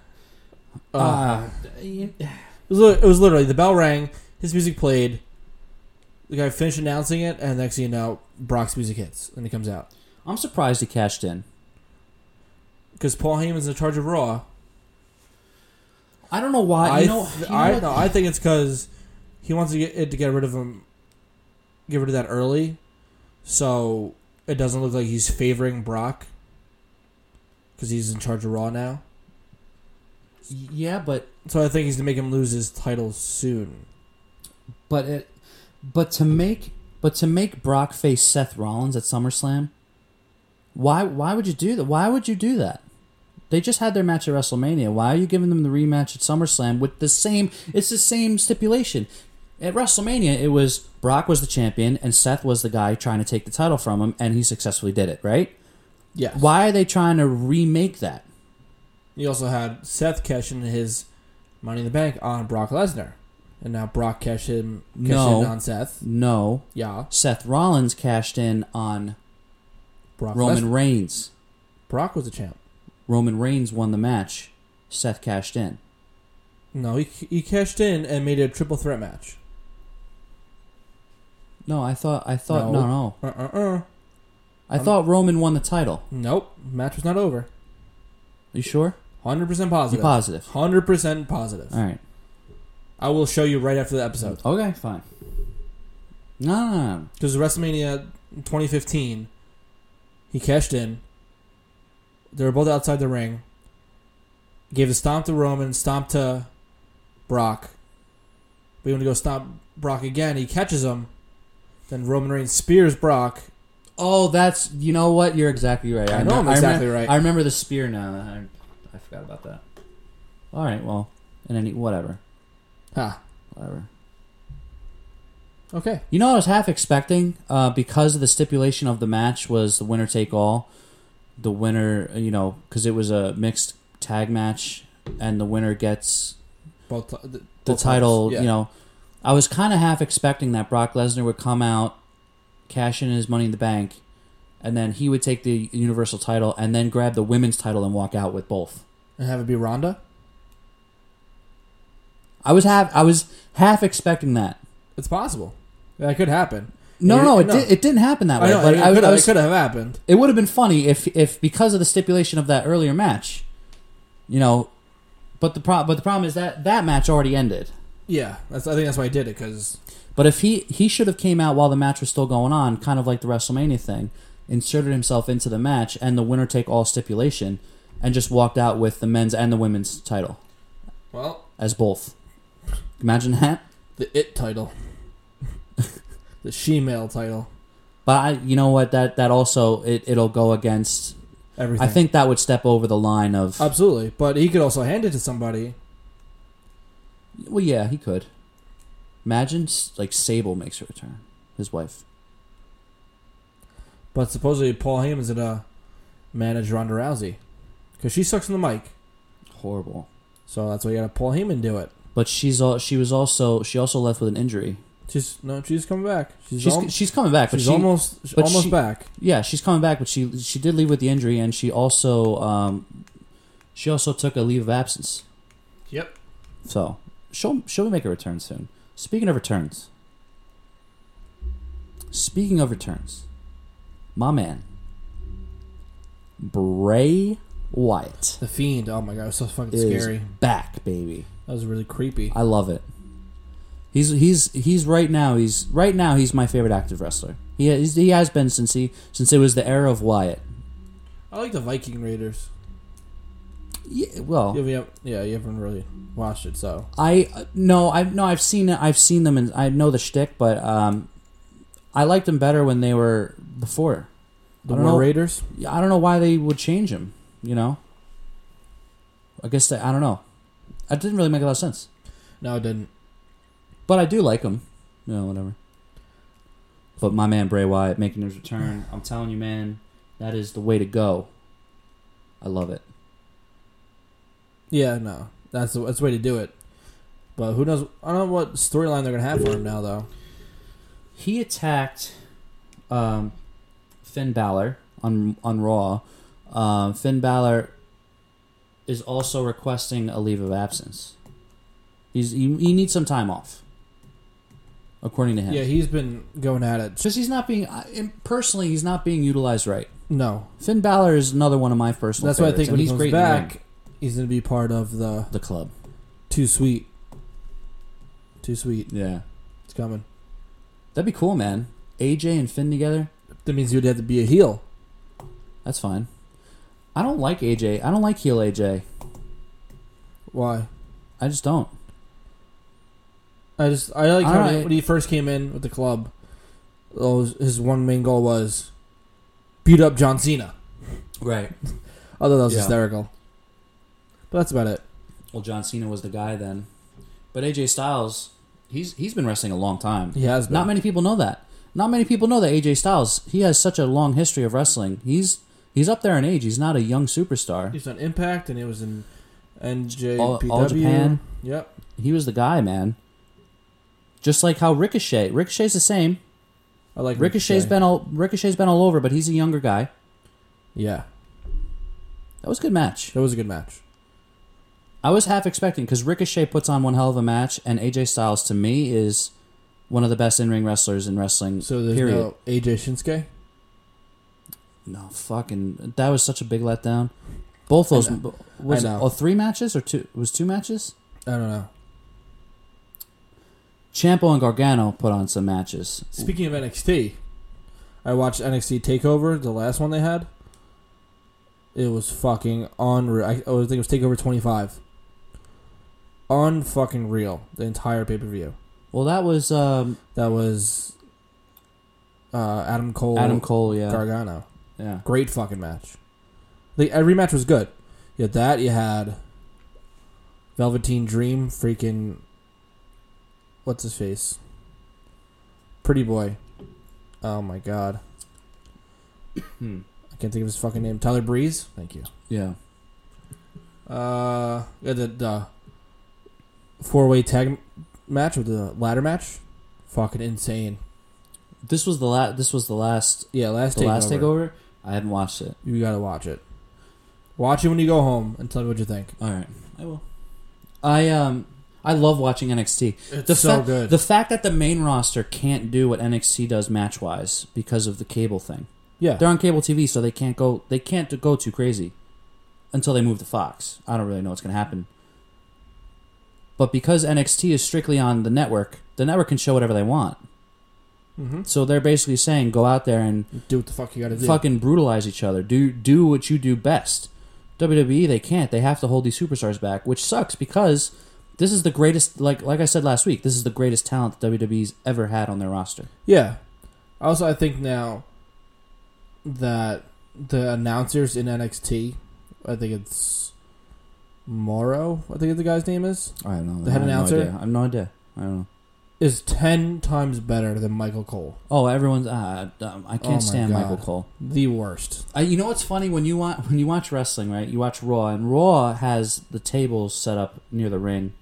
Uh, Ah, you- it, was, lit- it was literally the bell rang, his music played. The guy finished announcing it, and next thing you know, Brock's music hits and he comes out I'm surprised he cashed in. because Paul Heyman's in charge of Raw. I don't know why. I Uh, you know, th- you know I what? no, I think it's because he wants to get it to get rid of him, get rid of that early, so it doesn't look like he's favoring Brock because he's in charge of Raw now. yeah, but So I think he's to make him lose his title soon. but it, but to make but to make Brock face Seth Rollins at SummerSlam, why why would you do that? Why would you do that? They just had their match at WrestleMania. Why are you giving them the rematch at SummerSlam with the same? It's the same stipulation. At WrestleMania, it was Brock was the champion and Seth was the guy trying to take the title from him, and he successfully did it. Right? Yeah. Why are they trying to remake that? You also had Seth cash in his Money in the Bank on Brock Lesnar, and now Brock cash him cash No. in on Seth. No, Yeah, Seth Rollins cashed in on Brock Roman Lesnar. Reigns. Brock was a champ. Roman Reigns won the match. Seth cashed in. No, he he cashed in and made it a triple threat match. No, I thought I thought No. no, no. Uh uh uh. I thought Roman won the title. Nope, match was not over. You sure? Hundred percent You positive. positive? Hundred percent positive. All right. I will show you right after the episode Okay, fine. No, no, no, no. because WrestleMania 2015, he cashed in. They were both outside the ring. Gave a stomp to Roman, stomp to Brock. But when to go stomp Brock again, he catches him. Then Roman Reigns spears Brock. Oh, that's you know what? You're exactly right. I know I'm remem- exactly remem- right. I remember the spear now. I, I forgot about that. All right. Well, and any whatever, Ha. whatever. Ah, Okay. You know, I was half expecting uh, because of the stipulation of the match was the winner take all. The winner, you know, because it was a mixed tag match, and the winner gets Both uh, the, the the both title. times. Yeah. You know, I was kind of half expecting that Brock Lesnar would come out, cash in his Money in the Bank, and then he would take the Universal title and then grab the women's title and walk out with both. and have it be Ronda. I was half, I was half expecting that. It's possible. That could happen. No, You're- no, it, no. Did, it didn't happen that way. I know, but it I, could I have- was it could have happened. it would have been funny if if because of the stipulation of that earlier match, you know, but the pro- but the problem is that that match already ended. Yeah, that's, I think that's why I did it because But if he he should have came out while the match was still going on, kind of like the WrestleMania thing, inserted himself into the match and the winner take all stipulation, and just walked out with the men's and the women's title well, as both. Imagine that. the it title, the she male title, But I, you know what? That that also it it'll go against. everything. I think that would step over the line of. absolutely, but he could also hand it to somebody. Well, yeah, he could. Imagine s- like Sable makes her return, his wife. But supposedly Paul Heyman's gonna manage Ronda Rousey because she sucks on the mic, Horrible. so that's why you gotta Paul Heyman do it. But she's all. She was also. She also left with an injury. She's no, she's coming back. She's She's al- she's coming back, but she's she almost she's but almost she- back. yeah she's coming back, but she she did leave with the injury, and she also um, she also took a leave of absence. Yep. So she'll she'll make a return soon. Speaking of returns. Speaking of returns, my man, Bray Wyatt The fiend. Oh my god, it was so fucking is scary. back, baby. That was really creepy. I love it. He's he's he's right now. He's right now. He's my favorite active wrestler. He is, he has been since he since it was the era of Wyatt. I like the Viking Raiders. Yeah, well, Yeah, we have- yeah, you haven't really watched it, so I uh, no, I no, I've seen it. I've seen them, and I know the shtick, but um, I liked them better when they were before. The I don't War know. Raiders. Yeah, I don't know why they would change him. You know, I guess they, I don't know. That didn't really make a lot of sense, No, it didn't. but I do like him. You know, whatever. But my man Bray Wyatt making his return. I'm telling you, man, that is the way to go. I love it. Yeah, no. That's the, that's the way to do it. But who knows? I don't know what storyline they're gonna have for him now, though. He attacked um, Finn Balor on on Raw. Um, Finn Balor is also requesting a leave of absence. He's he, he needs some time off, according to him. Yeah, he's been going at it. because he's not being I- and personally, he's not being utilized right. No, Finn Balor is another one of my personal. that's why I think favorites, and when he he's comes great in the ring. back, he's gonna be part of the the club. Too Sweet. Too Sweet, Yeah, it's coming. that'd be cool, man. AJ and Finn together. That means you'd have to be a heel. That's fine. I don't like AJ. I don't like heel AJ. Why? I just don't. I just I like All how right. when he first came in with the club. oh, His one main goal was beat up John Cena. Right. Although that was Yeah. hysterical. But that's about it. Well, John Cena was the guy then, but AJ Styles, he's he's been wrestling a long time. He has been. Not many people know that. Not many people know that AJ Styles. He has such a long history of wrestling. He's he's up there in age. He's not a young superstar. He's on Impact, and it was in NJPW. All, all Japan. Yep. He was the guy, man. Just like how Ricochet. Ricochet's the same. I like Ricochet's been all Ricochet's been all over, but he's a younger guy. Yeah, That was a good match. that was a good match. I was half expecting because Ricochet puts on one hell of a match, and AJ Styles to me is one of the best in ring wrestlers in wrestling. So there's period. no AJ Shinsuke. No, fucking, that was such a big letdown. Both those I know. b- was I know. oh three matches or two was two matches. I don't know. Champo and Gargano put on some matches. Speaking of NXT, I watched NXT Takeover, the last one they had. It was fucking unreal. I, oh, I think it was Takeover 25. Unfucking real. The entire pay per view. Well, that was um, That was uh, Adam Cole. Adam Cole. Yeah, Gargano. yeah. Great fucking match. Like every match was good. You had that. You had Velveteen Dream. Freaking what's his face? Pretty boy. Oh my god, Hmm. I can't think of his fucking name. Tyler Breeze. Thank you. Yeah, Uh, yeah, the, the four way tag m- match with the ladder match. Fucking insane. this was the last. This was the last. Yeah, last The takeover. last takeover. I hadn't watched it. You gotta watch it. Watch it when you go home and tell me what you think. All right, I will. I um, I love watching NXT. It's The so fa- good. The fact that the main roster can't do what NXT does match wise because of the cable thing. yeah, They're on cable TV, so they can't go. They can't go too crazy until they move to Fox. I don't really know what's going to happen. But because NXT is strictly on the network, the network can show whatever they want. mm-hmm. So they're basically saying, go out there and do what the fuck you gotta do. fucking brutalize each other. Do do what you do best. WWE they can't. They have to hold these superstars back, which sucks because this is the greatest. Like like I said last week, this is the greatest talent that WWE's ever had on their roster. Yeah. Also, I think now that the announcers in NXT, I think it's Morrow, I think the guy's name is, I don't know. The I have head announcer? No idea. I have no idea. I don't know. is 10 times better than Michael Cole. Oh, everyone's. Uh, um, I Oh my can't stand Michael God. Cole. The worst. I, you know what's funny when you watch when you watch wrestling, right? You watch Raw, and Raw has the tables set up near the ring.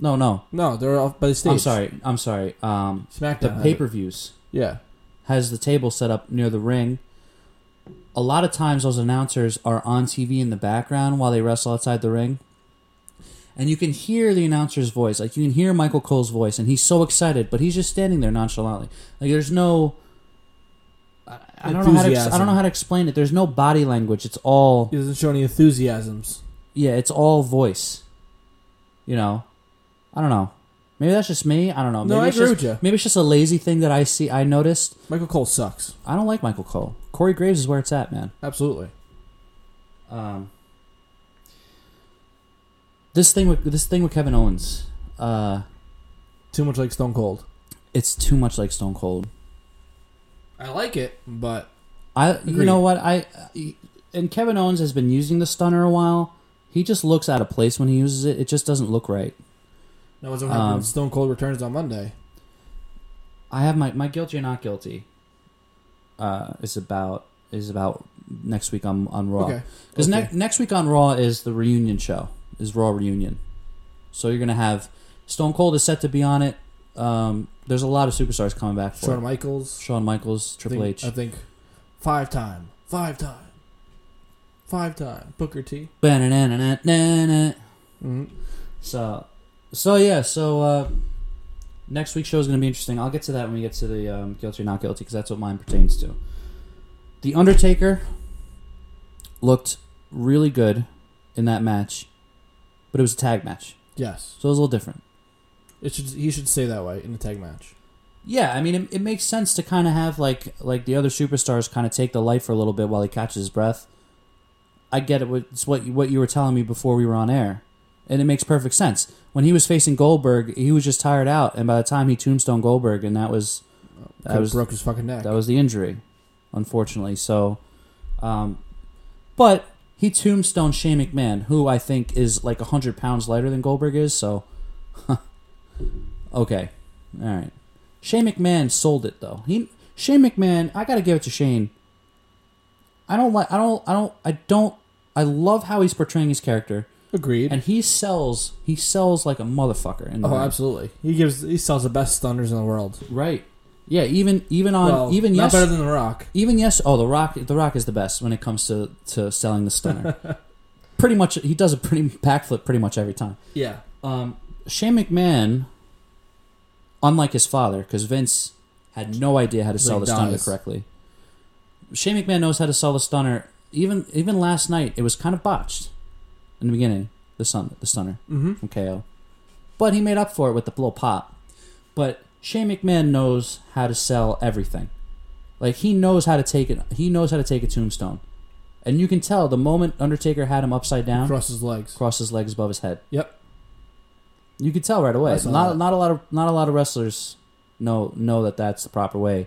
No, no. No, they're off by the stage. I'm sorry. I'm sorry. Um, SmackDown. the had pay it. per views Yeah. has the table set up near the ring. A lot of times, those announcers are on TV in the background while they wrestle outside the ring. And you can hear the announcer's voice. Like, you can hear Michael Cole's voice, and he's so excited, but he's just standing there nonchalantly. Like, there's no. I, I, don't, know how to ex- I Enthusiasm. don't know how to explain it. There's no body language. It's all. He doesn't show any enthusiasms. Yeah, it's all voice. You know? I don't know. Maybe that's just me. I don't know. Maybe No, I it's agree just, with you. Maybe it's just a lazy thing that I see. I noticed. Michael Cole sucks. I don't like Michael Cole. Corey Graves is where it's at, man. Absolutely. Um, this thing with this thing with Kevin Owens, uh, Too much like Stone Cold. it's too much like Stone Cold. I like it, but I you Agreed. know what I and Kevin Owens has been using the stunner a while. He just looks out of place when he uses it. It just doesn't look right. That was what happened. Um, Stone Cold returns on Monday. I have my my guilty or not guilty. Uh, is about is about next week on on Raw Okay. because Okay. ne- next week on Raw is the reunion show is Raw reunion, so you're gonna have Stone Cold is set to be on it. Um, there's a lot of superstars coming back for Shawn it. Michaels. Shawn Michaels, Triple I think, H, I think five time, five time, five time. Booker T. Ba-na-na-na-na-na. Mm-hmm. So, so yeah, so uh, next week's show is going to be interesting. I'll get to that when we get to the um, guilty or not guilty because that's what mine pertains to. The Undertaker looked really good in that match, but it was a tag match, Yes, so it was a little different. it should. He should stay that way in the tag match. Yeah, I mean, it, it makes sense to kind of have like like the other superstars kind of take the light for a little bit while he catches his breath. I get it. what- It's what you, what you were telling me before we were on air, and it makes perfect sense. When he was facing Goldberg, he was just tired out, and by the time he tombstone Goldberg, and that was that Could've was broke his fucking neck. that was the injury, unfortunately. So, um, but he tombstone Shane McMahon, who I think is like hundred pounds lighter than Goldberg is. So, okay, all right. Shane McMahon sold it though. He Shane McMahon, I gotta give it to Shane. I don't like. I don't. I don't. I don't. I love how he's portraying his character, Agreed. and he sells. He sells like a motherfucker. In the oh, ring. absolutely. He gives. He sells the best stunners in the world. Right. Yeah. Even even on well, even not yes. better than the Rock. Even yes, oh the Rock, the Rock is the best when it comes to to selling the stunner. pretty much, he does a pretty backflip pretty much every time. Yeah. Um, Shane McMahon, unlike his father, because Vince had no idea how to sell Like the stunner dies. correctly. Shane McMahon knows how to sell the stunner. Even even last night, it was kind of botched in the beginning. The sun, the stunner Mm-hmm. from KO. But he made up for it with the little pop. But Shane McMahon knows how to sell everything. Like he knows how to take it. He knows how to take a tombstone, and you can tell the moment Undertaker had him upside down, Cross his legs. crossed his legs above his head. Yep. You could tell right away. I saw Not that. not a lot of not a lot of wrestlers know know that that's the proper way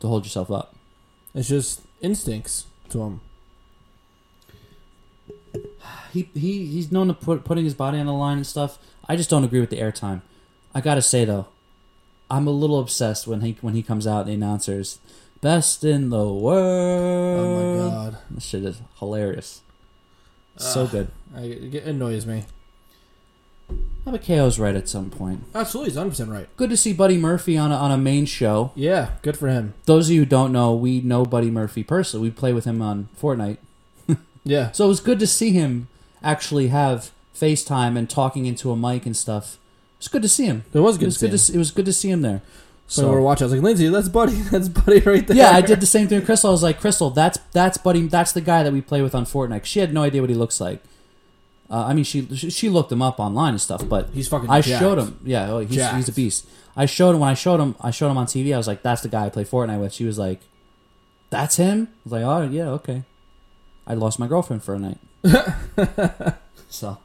to hold yourself up. It's just instincts to him. He he he's known to put putting his body on the line and stuff. I just don't agree with the airtime. I gotta say though, I'm a little obsessed when he when he comes out and the announcers best in the world. oh my god. This shit is hilarious. so Ugh. good. I, it annoys me. I bet KO's right at some point. Absolutely, he's 100 percent right. Good to see Buddy Murphy on a, on a main show. Yeah, good for him. Those of you who don't know, we know Buddy Murphy personally. We play with him on Fortnite. Yeah, So it was good to see him actually have FaceTime and talking into a mic and stuff. It's good to see him. it was good. it was to see good to him. see, it was good to see him there. So, we're So watching. I was like, Lindsay, that's Buddy. That's Buddy right there. yeah, I did the same thing with Crystal. I was like, Crystal, that's that's Buddy, that's the guy that we play with on Fortnite. She had no idea what he looks like. Uh, I mean, she she she looked him up online and stuff, but He's fucking. I jacked. showed him. Yeah, oh, he's, Jacked. he's a beast. I showed him when I showed him. I showed him on TV. I was like, "That's the guy I play Fortnite with." She was like, "That's him." I was like, "Oh yeah, okay." I lost my girlfriend for a night. so,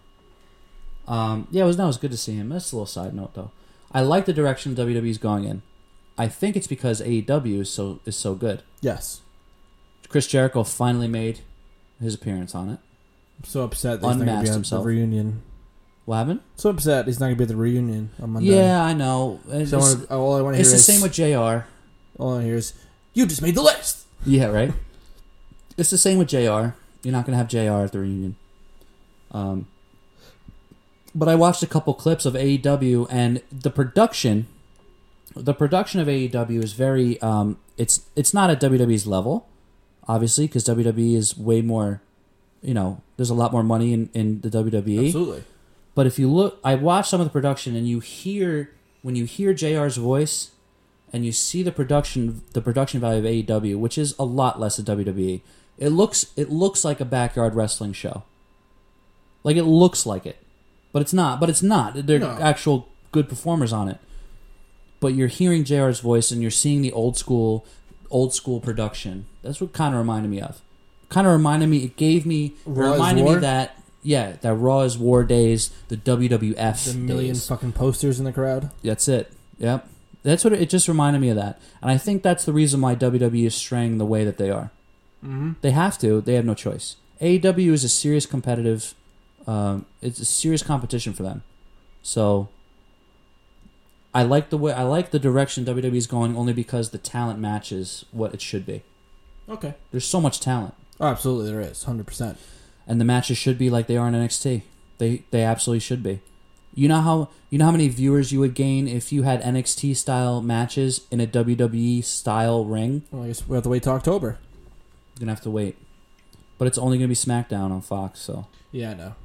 um, yeah, it was. No, it was good to see him. That's a little side note though. I like the direction WWE's going in. I think it's because AEW is so is so good. Yes. Chris Jericho finally made his appearance on it. I'm so upset. That he's not gonna Unmasked be at himself. the reunion. What happened? So upset he's not gonna be at the reunion on Monday. Yeah, I know. It's, So I wanna, all I want to hear it's the is same with Jr. all I hear is you just made the list. Yeah, right. it's the same with Jr. You're not gonna have Jr. at the reunion. Um, but I watched a couple clips of AEW and the production. The production of AEW is very. Um, it's it's not at WWE's level, obviously, because WWE E is way more. You know, there's a lot more money in in the E. WWE. Absolutely. But if you look, I watched some of the production, and you hear when you hear Jr's voice, and you see the production, the production value of AEW, which is a lot less than WWE. It looks, it looks like a backyard wrestling show. Like it looks like it, but it's not. But it's not. They're No. actual good performers on it. But you're hearing Jr's voice, and you're seeing the old school, old school production. That's what kind of reminded me of. Kind of reminded me. It gave me. it Raw is reminded me War? that yeah, that Raw is War days, the WWF The million days. fucking posters in the crowd. That's it. Yep. That's what it, it just reminded me of that, and I think that's the reason why WWE is straying the way that they are. Mm-hmm. They have to. They have no choice. AEW is a serious competitive. Um, it's a serious competition for them. So I like the way I like the direction WWE is going only because the talent matches what it should be. Okay. There's so much talent, Oh, absolutely, there is hundred percent. and the matches should be like they are in NXT. They they absolutely should be. You know how you know how many viewers you would gain if you had NXT style matches in a WWE style ring. Well, I guess we have to wait till October. You're gonna have to wait, but it's only gonna be SmackDown on Fox. So Yeah, I know.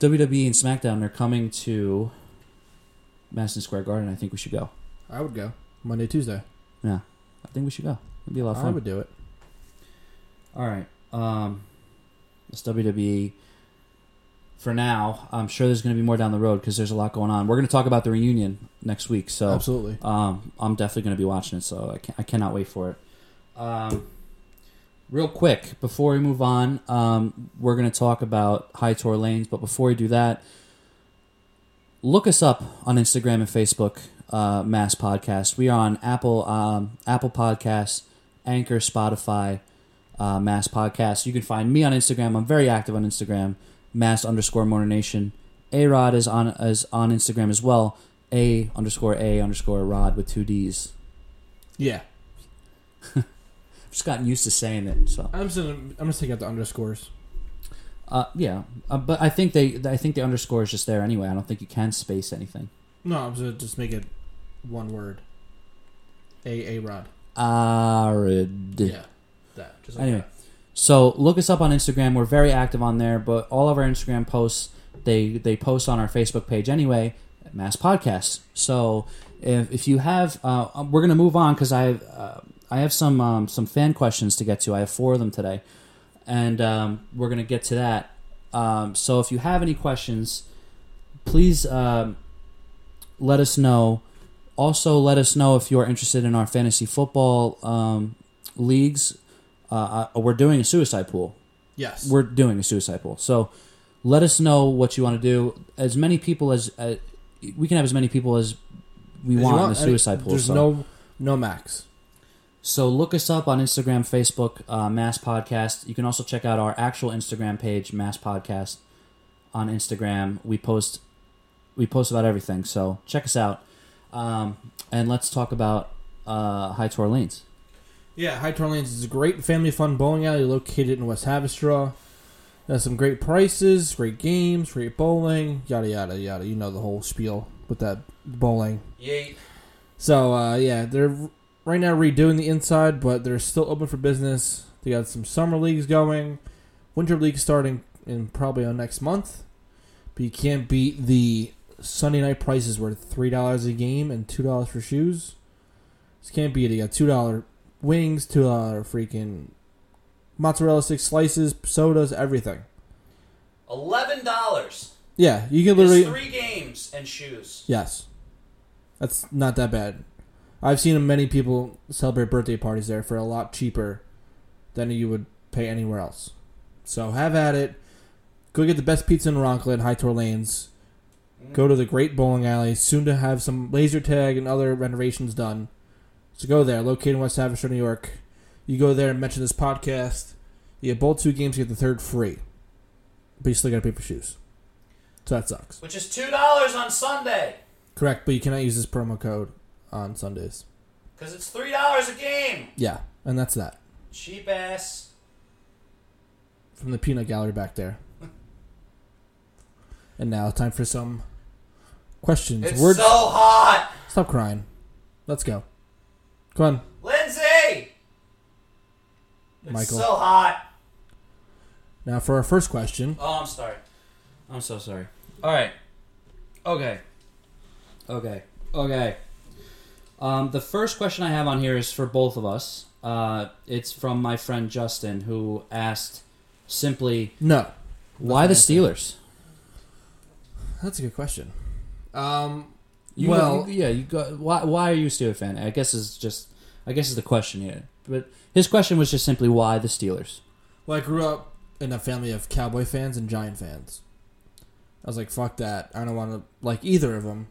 WWE E and SmackDown are coming to Madison Square Garden. I think we should go. I would go Monday, Tuesday. I think we should go. It'd be a lot of I fun. would do it. All right. Um, it's WWE. For now, I'm sure there's going to be more down the road because there's a lot going on. We're going to talk about the reunion next week, so Absolutely. um, I'm definitely going to be watching it. So I, can I cannot wait for it. Um, real quick, before we move on, um, we're going to talk about high tour lanes. But before we do that, look us up on Instagram and Facebook. Uh, Mass Podcast. We are on Apple, um, Apple Podcasts, Anchor, Spotify, uh, Mass Podcast. You can find me on Instagram. I'm very active on Instagram. Mass underscore Motor Nation. A Rod is on is on Instagram as well. A underscore A underscore Rod with two D's. Yeah. I've just gotten used to saying it. So I'm just gonna, I'm gonna take out the underscores. uh, yeah, uh, but I think they I think the underscore is just there anyway. I don't think you can space anything. No, I'm gonna just make it one word. A A Rod. Ah, Arid. Yeah. That. Just like Anyway. So look us up on Instagram. We're very active on there, but all of our Instagram posts they they post on our Facebook page anyway. Mass Podcast. So if, if you have, uh, um, we're gonna move on because I uh, I have some um, some fan questions to get to. I have four of them today, and um, we're gonna get to that. Um, so if you have any questions, please um, let us know. Also, let us know if you are interested in our fantasy football um, leagues uh, I- we're doing a suicide pool. that. Yes. We're doing a suicide pool. So let us know what you want to do. As many people as uh, we can have as many people as we As you want, in the I- suicide pool. There's So. no no max. so look us up on Instagram, Facebook, uh, Mass Podcast. You can also check out our actual Instagram page, Mass Podcast, on Instagram. We post we post about everything. So check us out. Um, and let's talk about uh, High Tour Lanes. Yeah, High Tor Lanes is a great family fun bowling alley located in West Havistraw. It has some great prices, great games, great bowling, yada yada yada. You know the whole spiel with that bowling. Yay. So uh, yeah, they're right now redoing the inside, but they're still open for business. They got some summer leagues going, winter leagues starting in probably on next month. But you can't beat the Sunday night prices were three dollars a game and two dollars for shoes. Just can't beat it. You got two dollar wings, two dollar freaking mozzarella stick slices, sodas, everything. Eleven dollars. Yeah, you can literally three games and shoes. Yes. That's not that bad. I've seen many people celebrate birthday parties there for a lot cheaper than you would pay anywhere else. So have at it. Go get the best pizza in Rockland, High Tor Lanes. Go to the Great Bowling Alley, soon to have some laser tag and other renovations done. So go there, located in West Haversham, New York. You go there and mention this podcast. You get both two games, you get the third free. But you still gotta pay for shoes. So that sucks. which is two dollars on Sunday Correct, but you cannot use this promo code on Sundays. because it's three dollars a game. Yeah, and that's that Cheap ass. from the peanut gallery back there. and now time for some questions. Word- hot, Stop crying. Let's go. Come on, Lindsay. Michael. hot. now for our first question. Oh, I'm sorry. I'm so sorry. All right. Okay. Okay. Okay. Um, the first question I have on here is for both of us. Uh, it's from my friend Justin, who asked simply, No, "Why the Steelers?" that's a good question. Um, You, well, you- yeah, you got why? Why are you a Steelers fan? I guess is just, I guess is the question here. But his question was just simply why the Steelers. well, I grew up in a family of cowboy fans and giant fans. I was like, fuck that. I don't want to like either of them.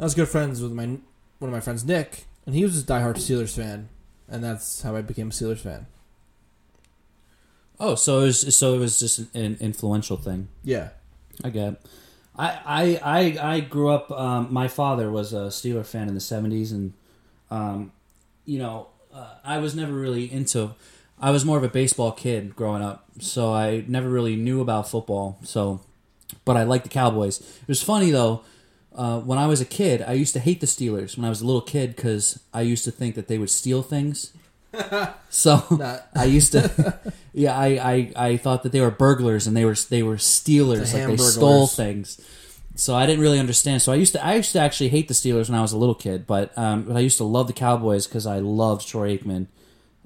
I was good friends with my one of my friends, Nick, and he was a diehard Steelers fan, and that's how I became a Steelers fan. Oh, so it was, so it was just an, an influential thing. Yeah. I get. It. I I I I grew up. Um, my father was a Steeler fan in the '70s, and um, you know, uh, I was never really into. I was more of a baseball kid growing up, so I never really knew about football. So, but I liked the Cowboys. It was funny though. Uh, when I was a kid, I used to hate the Steelers when I was a little kid because I used to think that they would steal things. So Nah. I used to, yeah, I, I, I thought that they were burglars and they were they were stealers, The like they stole Hamburglars. things. So I didn't really understand. So I used to I used to actually hate the Steelers when I was a little kid, but um, but I used to love the Cowboys because I loved Troy Aikman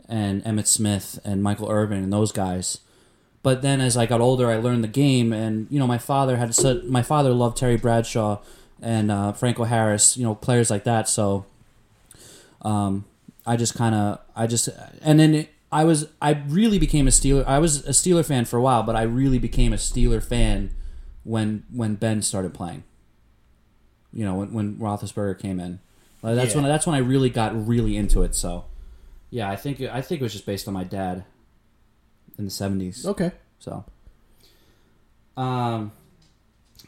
and Emmett Smith and Michael Irvin and those guys. But then as I got older, I learned the game, and you know my father had said my father loved Terry Bradshaw and uh, Franco Harris, you know players like that. So um, I just kind of I just and then it, I was I really became a Steeler. I was a Steeler fan for a while, but I really became a Steeler fan when when Ben started playing. You know when when Roethlisberger came in. Like, that's Yeah. when that's when I really got really into it. So yeah, I think I think it was just based on my dad in the seventies. Okay. So, um,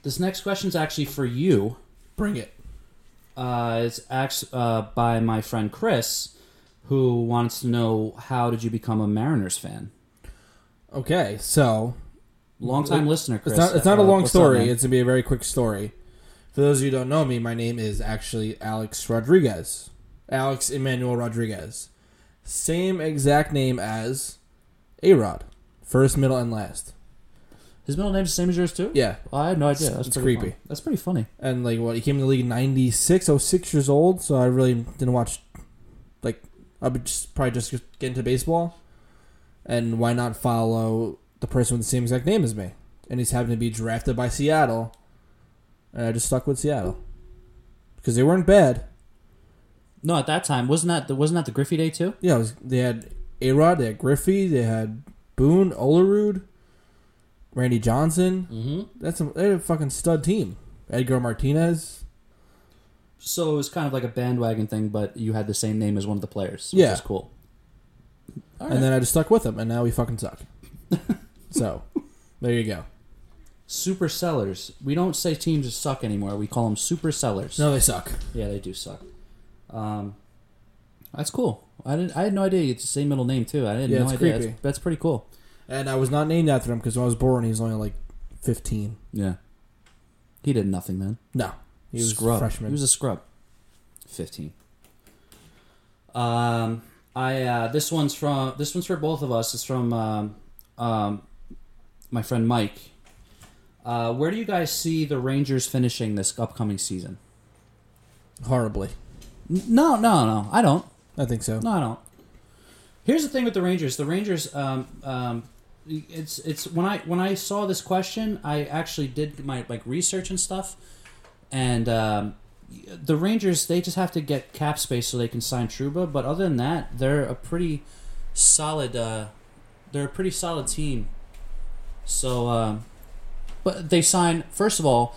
this next question is actually for you. Bring it. Uh, it's actually uh, by my friend Chris, who wants to know how did you become a Mariners fan? Okay, so Long time listener, Chris. It's not, it's not a Uh, long what's up, story. man? it's going to be a very quick story. For those of you who don't know me, my name is actually Alex Rodriguez. Alex Emmanuel Rodriguez. Same exact name as A Rod. First, middle, and last. His middle name's the same as yours too. Yeah. Well, I had no idea. It's- That's it's pretty creepy. fun. That's pretty funny. And, like, what? He came in the league in 96. I was six years old, so I really didn't watch. Like, I would just probably just get into baseball. And why not follow the person with the same exact name as me? And he's happened to be drafted by Seattle. And I just stuck with Seattle. Because they weren't bad. No, at that time wasn't that the- wasn't that the Griffey Day too? Yeah, it was, they had A Rod, they had Griffey, they had Boone, Olerud, Randy Johnson. Mm-hmm. That's a, they had a fucking stud team. Edgar Martinez. So it was kind of like a bandwagon thing, but you had the same name as one of the players. Which Yeah. is cool. All and then I just stuck with them, and now we fucking suck. so, there you go. Super sellers. We don't say teams that suck anymore. We call them super sellers. No, they suck. Yeah, they do suck. Um, that's cool. I didn't. I had no idea it's the same middle name too. I didn't Yeah, know it's idea. creepy. That's, that's pretty cool. And I was not named after him because when I was born, he was only like 15. Yeah. He did nothing then. No. He was scrub. freshman. He was a scrub. Fifteen. Um, I uh, this one's from this one's for both of us. It's from um, um, my friend Mike. Uh, where do you guys see the Rangers finishing this upcoming season? Horribly. N- No, no, no. I don't. I think so. No, I don't. Here's the thing with the Rangers. The Rangers. Um, um, it's it's when I when I saw this question, I actually did my like research and stuff, and um, the Rangers they just have to get cap space so they can sign Truba. But other than that, they're a pretty solid. Uh, they're a pretty solid team. So, um, but they sign first of all.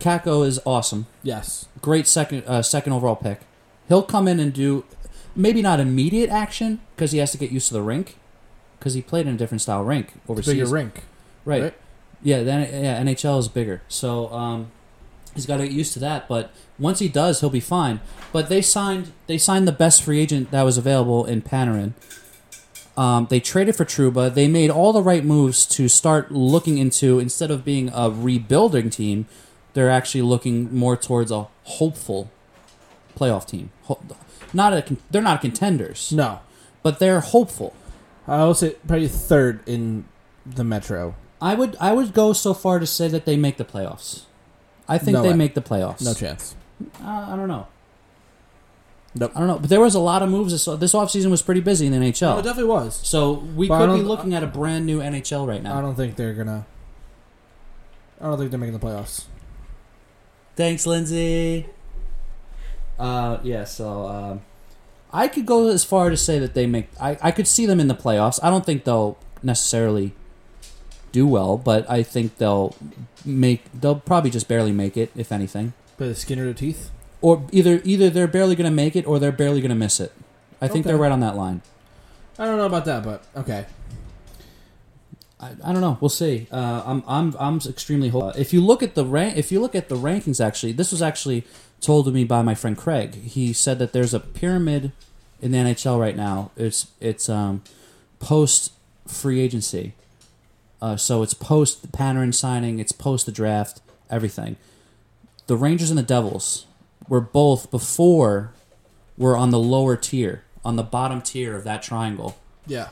Kako is awesome Yes. great second uh, second overall pick. He'll come in and do maybe not immediate action because he has to get used to the rink because he played in a different style rink It's overseas. bigger rink. right. right? Yeah, then yeah, NHL is bigger. So um, he's got to get used to that, but once he does, he'll be fine. But they signed they signed the best free agent that was available in Panarin. Um, they traded for Truba. They made all the right moves to start looking into instead of being a rebuilding team, they're actually looking more towards a hopeful playoff team. Ho- Not a con- they're not contenders, No. but they're hopeful. I will say probably third in the Metro. I would I would go so far to say that they make the playoffs. I think No they way. make the playoffs. No chance. Uh, I don't know. Nope. I don't know. But there was a lot of moves. This, this offseason was pretty busy in the No, NHL. it definitely was. so we But I could be don't- looking at a brand new NHL right I now. don't think they're gonna. I don't think they're making the playoffs. Thanks, Lindsay. Uh, yeah, so um, I could go as far to say that they make. I, I could see them in the playoffs. I don't think they'll necessarily do well, but I think they'll make. They'll probably just barely make it, if anything. But The skin or the teeth? or either either they're barely going to make it or they're barely going to miss it. I think Okay. they're right on that line. I don't know about that, but okay. I, I don't know. We'll see. Uh, I'm I'm I'm extremely hopeful. Uh, if you look at the rank, if you look at the rankings, actually, this was actually told to me by my friend Craig. He said that there's a pyramid in the NHL right now. It's it's um, post free agency, uh, so it's post the Panarin signing, it's post the draft, everything. The Rangers and the Devils were both before were on the lower tier, on the bottom tier of that triangle. Yeah.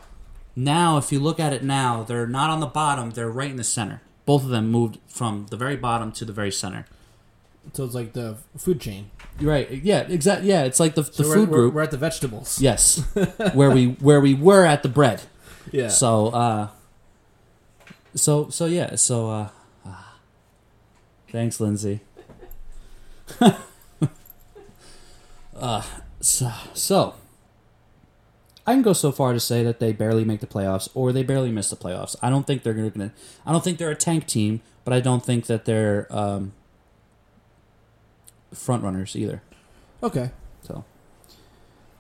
Now, if you look at it now, they're not on the bottom; they're right in the center. Both of them moved from the very bottom to the very center. So it's like the food chain. You're right. Yeah. Exactly. Yeah. It's like the, the So we're, food we're, group. We're at the vegetables. yes. where we where we were at the bread. Yeah. So. uh So so yeah so. uh ah. Thanks, Lindsay. uh, so, so I can go so far to say that they barely make the playoffs or they barely miss the playoffs. I don't think they're going to. I don't think they're a tank team, but I don't think that they're um, front runners either. okay. So,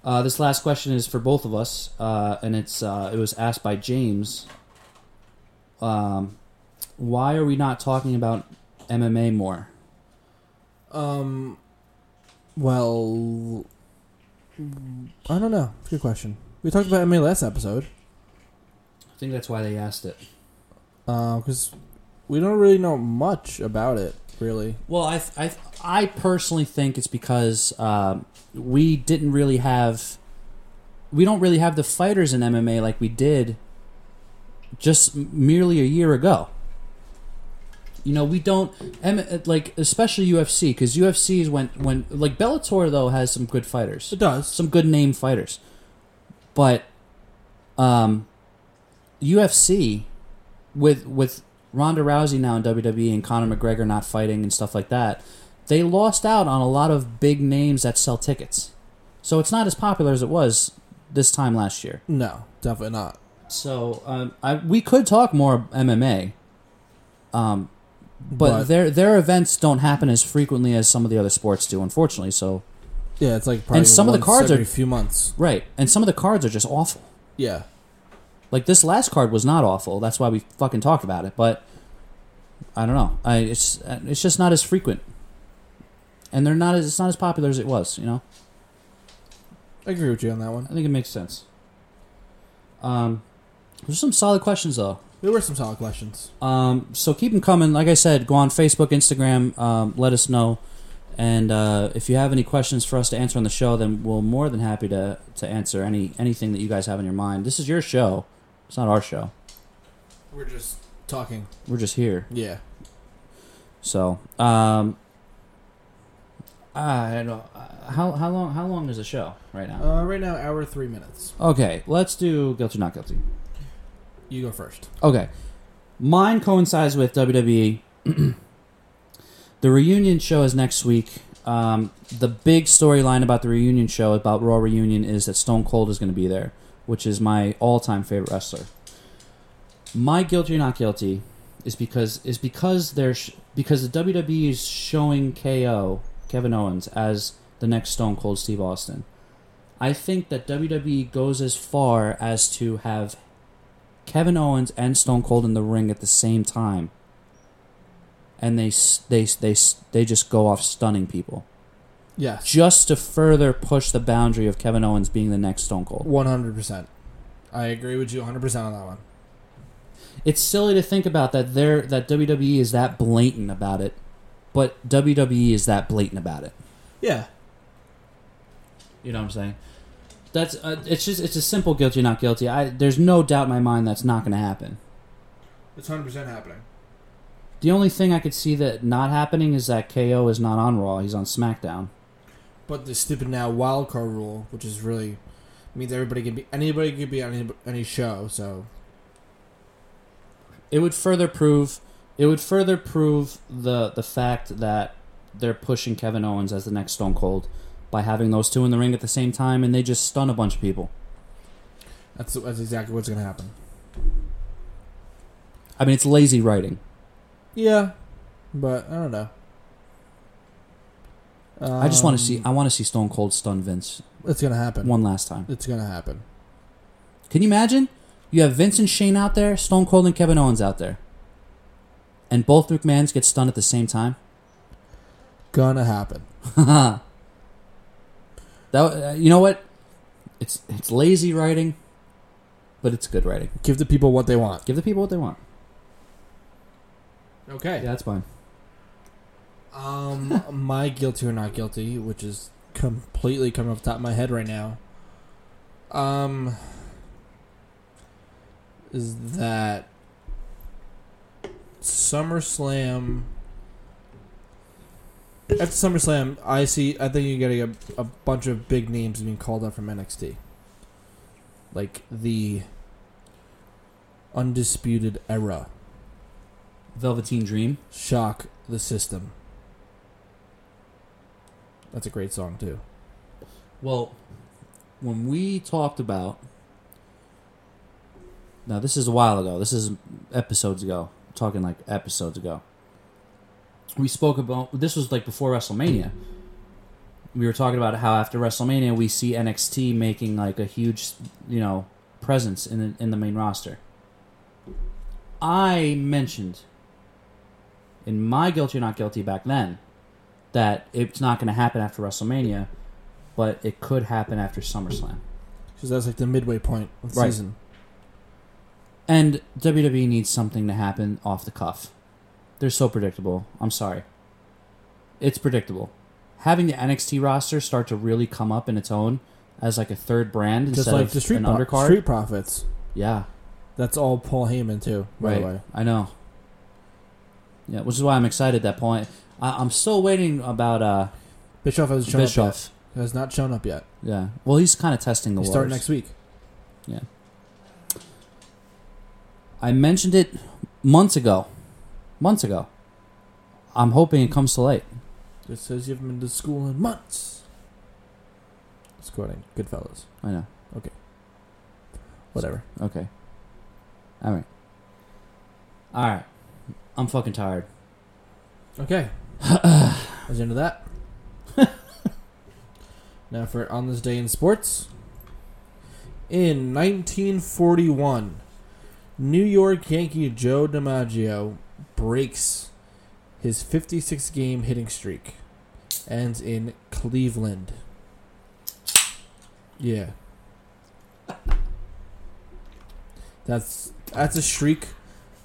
uh, this last question is for both of us, uh, and it's uh, it was asked by James. Um, why are we not talking about MMA more? Um. Well, I don't know. It's a good question. We talked about MMA last episode I think that's why they asked it. because uh, we don't really know much about it, really. Well, I I, I personally think it's because um, we didn't really have we don't really have the fighters in MMA like we did just merely a year ago. You know, we don't M- like especially UFC because UFC is when when like Bellator though has some good fighters, It does. some good name fighters, but um, UFC with with Ronda Rousey now in WWE and Conor McGregor not fighting and stuff like that, they lost out on a lot of big names that sell tickets. So it's not as popular as it was this time last year. No, definitely not. So um, I, we could talk more MMA, um, but, But- their their events don't happen as frequently as some of the other sports do, unfortunately. So Yeah, it's like probably some of the once cards are- every few months. right, and some of the cards are just awful. Yeah. Like this last card was not awful. That's why we fucking talked about it. But I don't know. I it's it's just not as frequent, and they're not as it's not as popular as it was. You know, I agree with you on that one. I think it makes sense. Um, there's some solid questions though. There were some solid questions. Um, so keep them coming. Like I said, go on Facebook, Instagram. Um, let us know, and uh, if you have any questions for us to answer on the show, then we'll more than happy to to answer any anything that you guys have in your mind. This is your show. It's not our show. We're just talking. We're just here. Yeah. So, um, I don't know how how long how long is the show right now? Uh, right now, hour three minutes. Okay, let's do guilty not guilty. You go first. Okay, mine coincides with WWE. the reunion show is next week. Um, the big storyline about the reunion show about Raw reunion is that Stone Cold is going to be there, which is my all-time favorite wrestler. My guilty or not guilty is because is because they're sh- because the WWE is showing KO Kevin Owens as the next Stone Cold Steve Austin. I think that WWE goes as far as to have Kevin Owens and Stone Cold in the ring at the same time, and they s- they s- they s- they just go off stunning people Yes. just to further push the boundary of Kevin Owens being the next Stone Cold. One hundred percent. I agree with you one hundred percent on that one. It's silly to think about that there that WWE is that blatant about it, but WWE is that blatant about it. Yeah. You know what I'm saying? That's uh, it's just it's a simple guilty not guilty. I there's no doubt in my mind that's not going to happen. It's hundred percent happening. The only thing I could see that not happening is that KO is not on Raw. He's on SmackDown. But the stupid now wild card rule, which is really means everybody can be anybody can be on any, any show. So it would further prove it would further prove the the fact that they're pushing Kevin Owens as the next Stone Cold by having those two in the ring at the same time and they just stun a bunch of people. that's that's exactly what's gonna happen. I mean, it's lazy writing. Yeah. But I don't know. I just want to see. I want to see Stone Cold stun Vince Uh, It's gonna happen. one last time. It's gonna happen. Can you imagine? You have Vince and Shane out there, Stone Cold and Kevin Owens out there, and both McMahon's get stunned at the same time. Gonna happen. that uh, you know what? It's it's lazy writing, but it's good writing. Give the people what they want. Give the people what they want. Okay. Yeah, that's fine. Um, my guilty or not guilty, which is completely coming off the top of my head right now, um, is that SummerSlam. After SummerSlam, I see. I think you're getting a, a bunch of big names being called up from NXT, like the undisputed era. Velveteen Dream. Shock the System. That's a great song, too. Well, when we talked about. Now, this is a while ago. This is episodes ago. I'm talking like episodes ago. We spoke about. This was like before WrestleMania. We were talking about how after WrestleMania, we see NXT making like a huge, you know, presence in the, in the main roster. I mentioned in my guilty or not guilty back then that it's not going to happen after WrestleMania, but it could happen after SummerSlam. Because that's like the midway point of the Right. season. And WWE needs something to happen off the cuff. They're so predictable. I'm sorry. It's predictable. Having the NXT roster start to really come up in its own as like a third brand Just instead like of the Street, an Pro- undercard. Street Profits. Yeah, That's all Paul Heyman, too, by right. the way. I know. Yeah, which is why I'm excited. That point. I, I'm still waiting about uh, Bischoff has, shown Up Bischoff. yet. has not shown up yet. Yeah. Well, he's kind of testing the He's waters. starting next week. I mentioned it months ago. Months ago. I'm hoping it comes to light. Just says you haven't been to school in months. It's quoting Goodfellas. I know. Whatever. Okay. All right. All right. I'm fucking tired. Okay. That's the end of that. now for on this day in sports. In 1941, New York Yankee Joe DiMaggio breaks his 56 game hitting streak. Ends in Cleveland. Yeah. That's that's a streak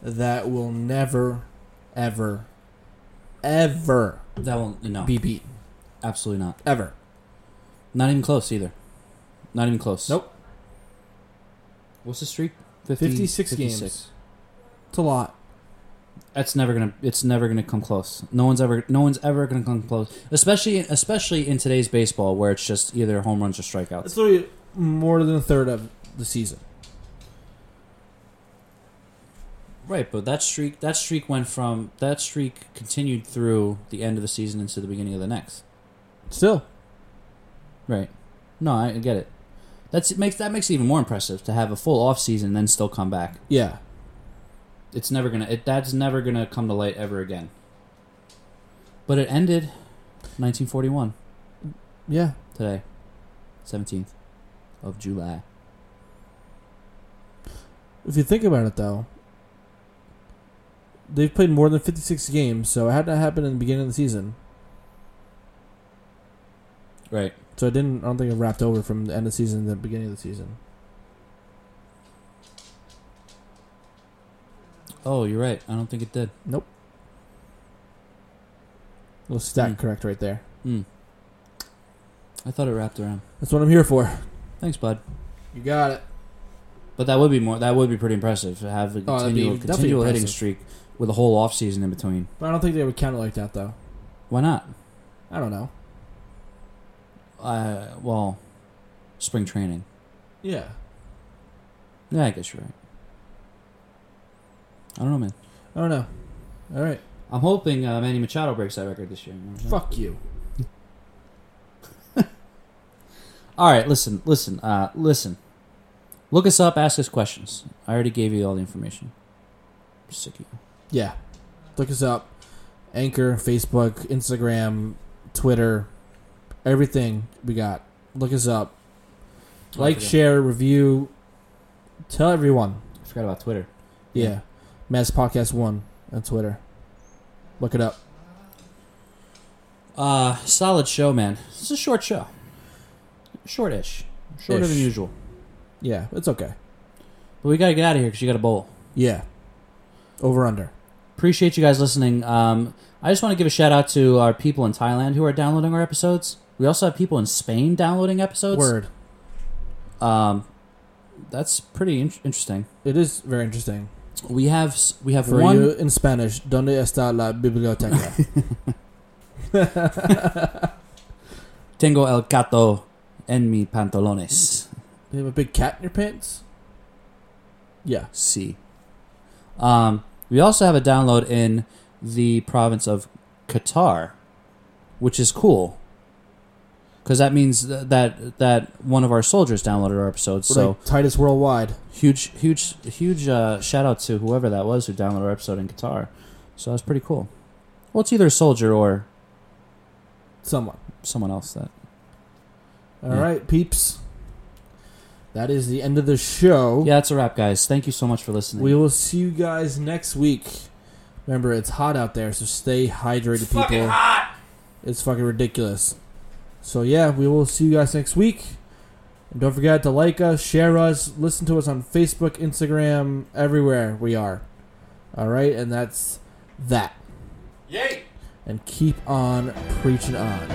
that will never ever ever That won't. No. be beat. absolutely not. Ever. Not even close either. Not even close. Nope. What's the streak? 50 56, games. It's a lot. That's never gonna. It's never gonna come close. No one's ever. No one's ever gonna come close. Especially, especially in today's baseball, where it's just either home runs or strikeouts. It's literally more than a third of the season. Right, but that streak that streak went from that streak continued through the end of the season into the beginning of the next. Still. Right. No, I I get it. That's it makes that makes it even more impressive to have a full off season and then still come back. Yeah. It's never gonna it that's never gonna come to light ever again. But it ended nineteen forty one Yeah. today. Seventeenth of July. If you think about it, though, they've played more than 56 games, so it had to happen in the beginning of the season. Right. So I didn't. I don't think it wrapped over from the end of the season to the beginning of the season. Oh, you're right. I don't think it did. little stack Hmm. correct right there. Hmm. I thought it wrapped around. That's what I'm here for. Thanks, bud. Oh, You got it. But that would be more. That would be pretty impressive to have a Oh, that'd be continual, definitely continual hitting impressive. streak with a whole off season in between. But I don't think they would count it like that, though. Why not? I don't know. Uh, well, spring training. Yeah. Yeah, I guess you're right. I don't know, man. I don't know. All right. I'm hoping uh, Manny Machado breaks that record this year. you know what I'm saying? Fuck you. All right, listen, listen, uh, listen. Look us up. Ask us questions. I already gave you all the information. I'm sick of you. Yeah. Look us up. Anchor, Facebook, Instagram, Twitter, everything we got. Look us up. I Like, forgot. share, review. Tell everyone. I forgot about Twitter. Yeah. Mass Podcast One on Twitter. Look it up. Uh, solid show, man. It's a short show. Shortish. Shorter Ish. than usual. Yeah, it's okay. But we got to get out of here because you got a bowl. Yeah. Over under. Appreciate you guys listening. Um, I just want to give a shout out to our people in Thailand who are downloading our episodes. We also have people in Spain downloading episodes. Word. Um, that's pretty in- interesting. It is very interesting. We have s- we have For one you in Spanish, ¿dónde está la biblioteca? Tengo el gato en mi pantalones. you have a big cat in your pants? Yeah. See. Um, we also have a download in the province of Qatar, which is cool. Because that means th- that that one of our soldiers downloaded our episodes. We're so like Titus Worldwide. huge, huge, huge uh, shout out to whoever that was who downloaded our episode in Qatar. So that's pretty cool. Well, it's either a soldier or Someone. someone else that All right, Yeah. peeps. That is the end of the show. Yeah, that's a wrap, guys. Thank you so much for listening. We will see you guys next week. Remember, it's hot out there, so stay hydrated, It's people. fucking hot. It's fucking ridiculous. So yeah, we will see you guys next week. And don't forget to like us, share us, listen to us on Facebook, Instagram, everywhere we are. All right, and that's that. Yay! And keep on preaching on.